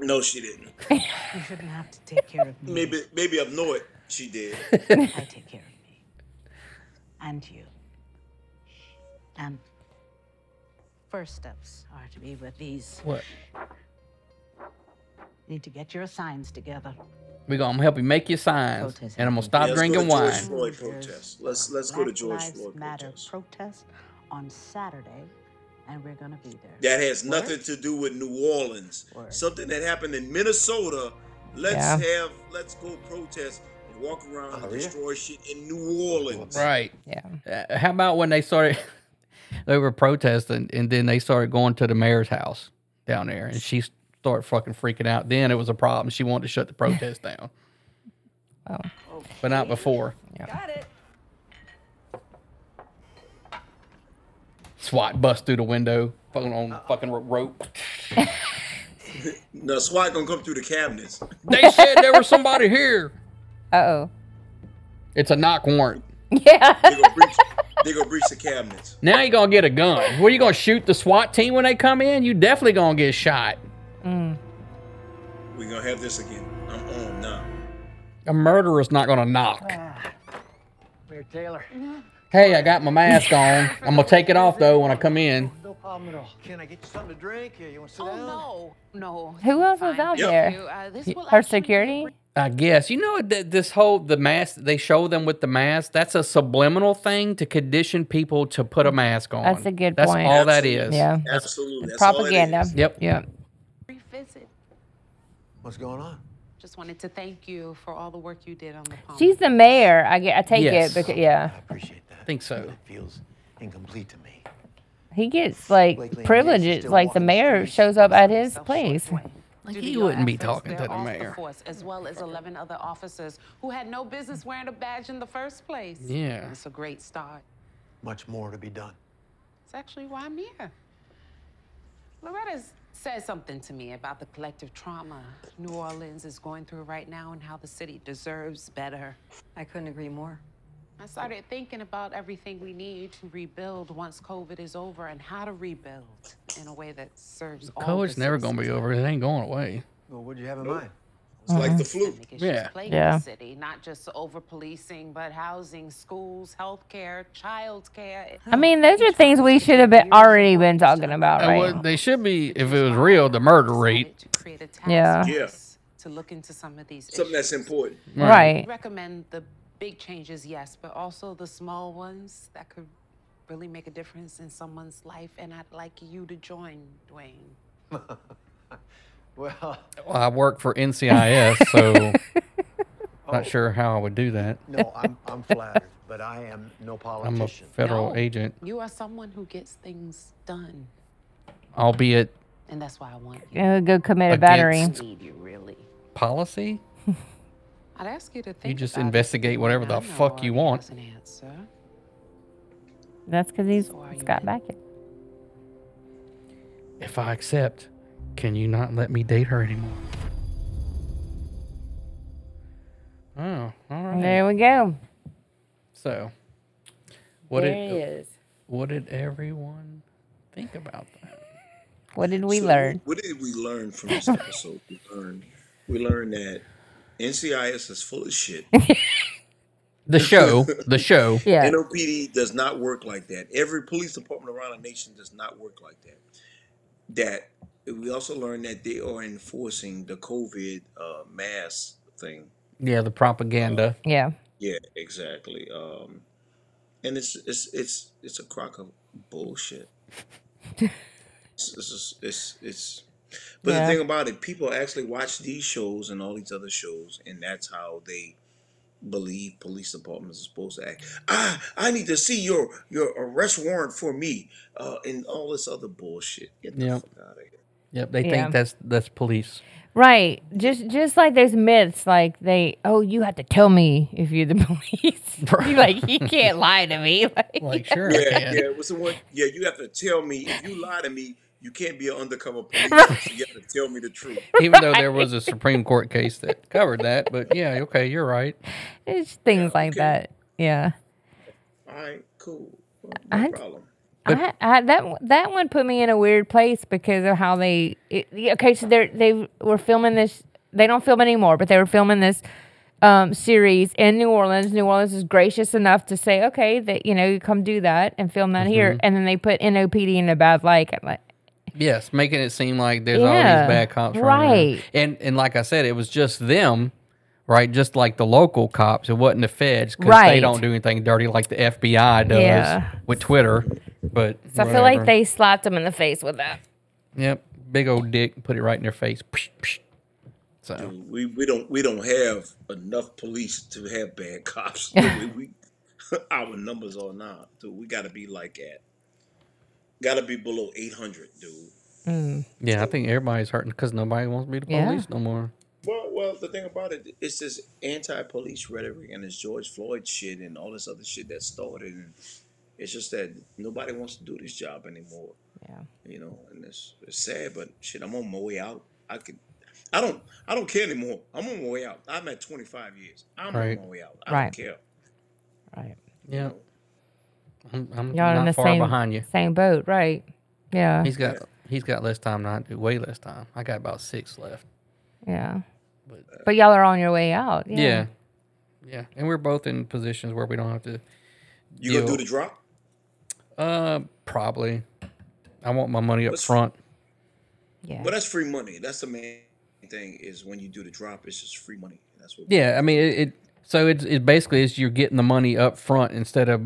No, she didn't.
You shouldn't have to take care of me.
Maybe maybe I've know it.
*laughs*
She did.
I take care of me. And you. And first steps are to be with these.
What?
Need to get your signs together.
We're gonna help you make your signs, and I'm gonna stop
Yeah, let's go
drinking
to George
wine.
Floyd protest. Let's let's go to
Black
George
Lives
Floyd.
Matter protest on Saturday, and we're gonna be there.
That has nothing to do with New Orleans. Something that happened in Minnesota. Let's
Yeah.
have let's go protest and walk around and destroy shit in New Orleans.
Right. Yeah. Uh, how about when they started? *laughs* they were protesting, and then they started going to the mayor's house down there, and she started fucking freaking out. Then it was a
*laughs*
problem. She wanted to shut the protest down,
Oh.
but not before.
Yeah.
SWAT bust through the window, fucking on fucking ro- rope.
*laughs* No, SWAT gonna come through the cabinets.
They said there was somebody
*laughs*
here.
Uh oh.
It's a knock warrant.
Yeah.
they gonna breach, they gonna breach the cabinets.
Now you gonna get a gun. Where you gonna shoot the SWAT team when they come in? You definitely gonna get shot.
Mm.
We gonna have this again. I'm on now.
A murderer's not gonna knock.
Mayor Taylor.
Hey, I got my mask on. I'm gonna take it off though when I come in.
No problem at all. Can I get you something to drink? Here, you want to sit down?
No, Oh, no.
Who else was out
Yep.
there?
You, uh, this will
Her security?
I guess you know that this whole the mask they show them with the mask. That's a subliminal thing to condition people to put a mask on.
That's a good
That's
point.
all that is.
Yeah.
Absolutely.
That's propaganda.
Yep.
Yep.
revisit.
What's going on?
Just wanted to thank you for all the work you did on the poem.
She's the mayor. I get. I take
Yes.
it because yeah,
I think so.
Feels incomplete to me.
he gets like privileges. Like the mayor shows up at his place.
Like
he wouldn't be talking to
their
the
off
mayor.
force, as well as 11 other officers who had no business wearing a badge in the first place.
Yeah.
It's a great start.
Much more to be done.
It's actually why I'm here. Loretta said something to me about the collective trauma New Orleans is going through right now and how the city deserves better.
I couldn't agree more.
I started thinking about everything we need to rebuild once COVID is over and how to rebuild in a way that serves all.
COVID's never gonna be over. It ain't going away.
Well, what'd you have in mind?
It's like the flu.
It's
Yeah.
just plaguing
Yeah.
the city, not just over policing, but housing, schools, healthcare, childcare.
I mean, those are things we should have been already been talking about,
Uh, well,
right?
they should be if it was real the murder rate.
create a task
Yeah.
force to look into some of these
Something that's important.
Right.
recommend the big changes yes but also the small ones that could really make a difference in someone's life and i'd like you to join dwayne
well
Well, I work for NCIS,
*laughs*
so not sure how I would do that.
No, I'm, I'm flattered, but I am no
I'm a
politician.
federal
No,
agent,
you are someone who gets things done
*laughs* albeit
and that's why i want you
Yeah, go commit a battery.
against
need you really
policy.
i'd ask you to think
You just
about it.
investigate whatever the fuck you want.
answer
That's because he's Scott Bakula.
If I accept, can you not let me date her anymore? Oh, all right.
There we go.
So, what
There
did
he is.
what did everyone think about that?
What did we
So,
learn?
What did we learn from this episode? we learned we learned that NCIS is full
*laughs*
of shit.
The show, the show.
NOPD does not work like that. Every police department around the nation does not work like that. That we also learned that they are enforcing the COVID uh, mask thing.
Yeah, the propaganda.
Yeah.
Yeah, exactly. Um, and it's it's it's it's a crock of bullshit. it's, it's, just- it's it's. But
Yeah.
the thing about it, people actually watch these shows and all these other shows, and that's how they believe police departments are supposed to act. Ah, I need to see your your arrest warrant for me, uh, and all this other bullshit. Get the
Yep.
fuck out of here.
Yep, they
Yeah.
think that's that's police.
Right. Just just like those myths, like they oh, you have to tell me if you're the *laughs* police. *laughs* you're like, you can't lie
*laughs*
to me. Like,
sure,
Yeah, yeah. What's the one? Yeah, you have to tell me if you lie to me, you can't be an undercover police. officer. You have to tell me the truth.
Even though there was a Supreme Court case that covered that, but yeah, okay, you're right.
It's things like that. Yeah.
All right, cool. Well,
I-
No problem.
I, I, that one- that one put me in a weird place because of how they. It, yeah, okay, so they they were filming this. They don't film anymore, but they were filming this um, series in New Orleans. New Orleans is gracious enough to say, okay, that you know, you come do that and film that here,
Mhm.
and then they put NOPD in a bad light. I'm like,
Yes, making it seem like there's all
Yeah,
these bad cops running around.
right.
And and like I said, it was just them, right? Just like the local cops. It wasn't the feds because they
Right.
don't do anything dirty like the FBI does
Yeah.
with Twitter. But
so I feel like
whatever.
they slapped him in the face with that.
Yep, big old dick, put it right in their face. Psh, psh. So
Dude, we, we don't we don't have enough police to have bad *laughs* cops. we, we *laughs* our numbers are not. Dude, we got to be like at got to be below eight hundred, dude.
yeah, I think everybody's hurting because nobody wants to be the
Yeah.
police no more.
Well, well, the thing about it, it's this anti-police rhetoric and this George Floyd shit and all this other shit that started, and It's just that nobody wants to do this job anymore.
Yeah.
You know, and it's, it's sad, but shit, I'm on my way out. I could, I don't, I don't care anymore. I'm on my way out. I'm at 25 years. I'm
Right.
on my way out. I
Right.
don't care.
Right.
Yeah. I'm, I'm
Y'all in
not
the
far
same
behind you.
same boat, right? Yeah.
He's got he's got less time than I do. Way less time. I got about six left.
Yeah. But, y'all are on your way out. Yeah.
Yeah. Yeah. And we're both in positions where we don't have to.
You gonna
deal-
do the drop?
Uh, probably. I want my money up front.
Yeah.
But that's free money. That's the main thing is when you do the drop, it's just free money. That's what.
Yeah, I mean it. it so it's it basically is you're getting the money up front instead of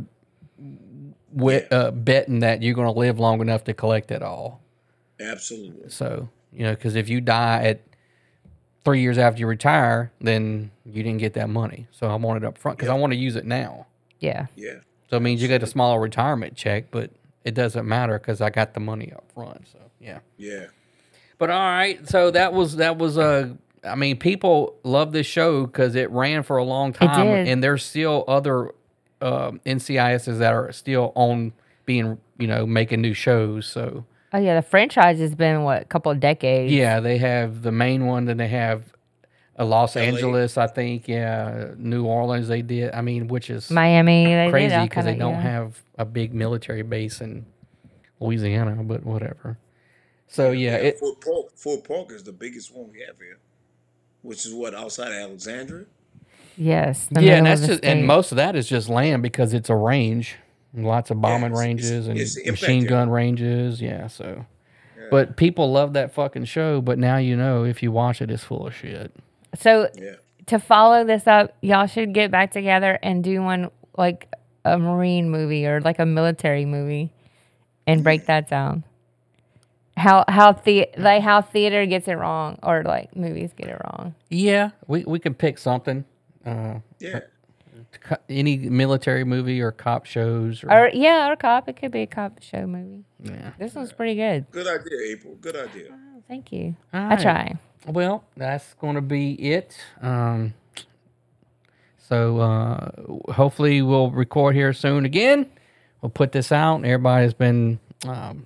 we, uh, betting that you're going to live long enough to collect it all.
Absolutely.
So you know, because if you die at three years after you retire, then you didn't get that money. So I want it up front because I want to use it now.
Yeah.
Yeah.
So it means you get a smaller retirement check, but it doesn't matter because I got the money up front. So yeah.
Yeah.
But all right, so that was that was uh, I mean, people love this show because it ran for a long time,
did.
and there's still other um NCISs that are still on being, you know, making new shows. So
Oh yeah, the franchise has been what a couple of decades.
yeah, they have the main one, then they have uh, Los Angeles, I think, yeah, New Orleans. They did, I mean, which is
Miami, they did
crazy
all
because they
kinda-
don't
yeah.
have a big military base in Louisiana, but whatever. So yeah, it,
Fort Polk, Fort Polk is the biggest one we have here, which is what outside of Alexandria.
Yes. the
yeah,
middle
and
of
that's
the
just and
state.
most of that is just land because it's a range, and lots of bombing ranges and
it's the impact
machine
area.
gun ranges. Yeah, so. But people love that fucking show. But now you know if you watch it, it's full of shit.
So to follow this up, y'all should get back together and do one like a marine movie or like a military movie, and break that down. How how the like how theater gets it wrong or like movies get it wrong.
Yeah, we we can pick something. Uh,
yeah.
Any military movie or cop shows. Or,
Or yeah, or cop. It could be a cop show movie.
Yeah.
This one's pretty good.
Good idea, April. Good idea.
Oh, Thank you.
All
I
right.
try.
Well, that's going to be it. Um, so uh, w- hopefully we'll record here soon again. We'll put this out. Everybody's been um,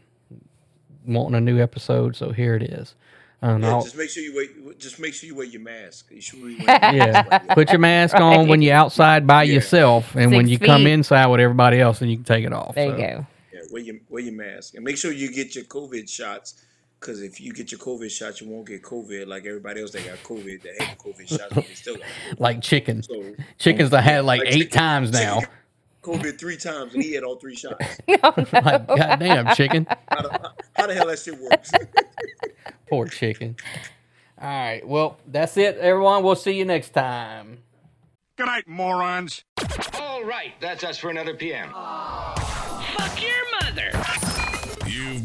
wanting a new episode, so here it is. Um,
Yeah,
I'll-
*laughs* just make sure you wait. Just make sure you wear your mask. You should wear your
*laughs*
yeah.
mask.
Put your mask on when you're outside by yourself, and when
Six
you come
feet.
inside with everybody else, then you can take it off.
There
so.
you go. Yeah, wear your wear your mask and make sure you get your COVID shots. Because if you get your COVID shots, you won't get COVID like everybody else that got COVID that had the COVID shots. But they still got
*laughs*
it.
Like chicken.
So-
Chickens I had like eight
chicken-
times now.
chicken COVID three times and he had all
*laughs*
three shots.
*laughs* like, goddamn, chicken.
How the, how the hell that shit works? *laughs*
Poor chicken. All right. Well, that's it, everyone. We'll see you next time.
Good night, morons. All right, that's us for another PM.
Fuck your mother.
You've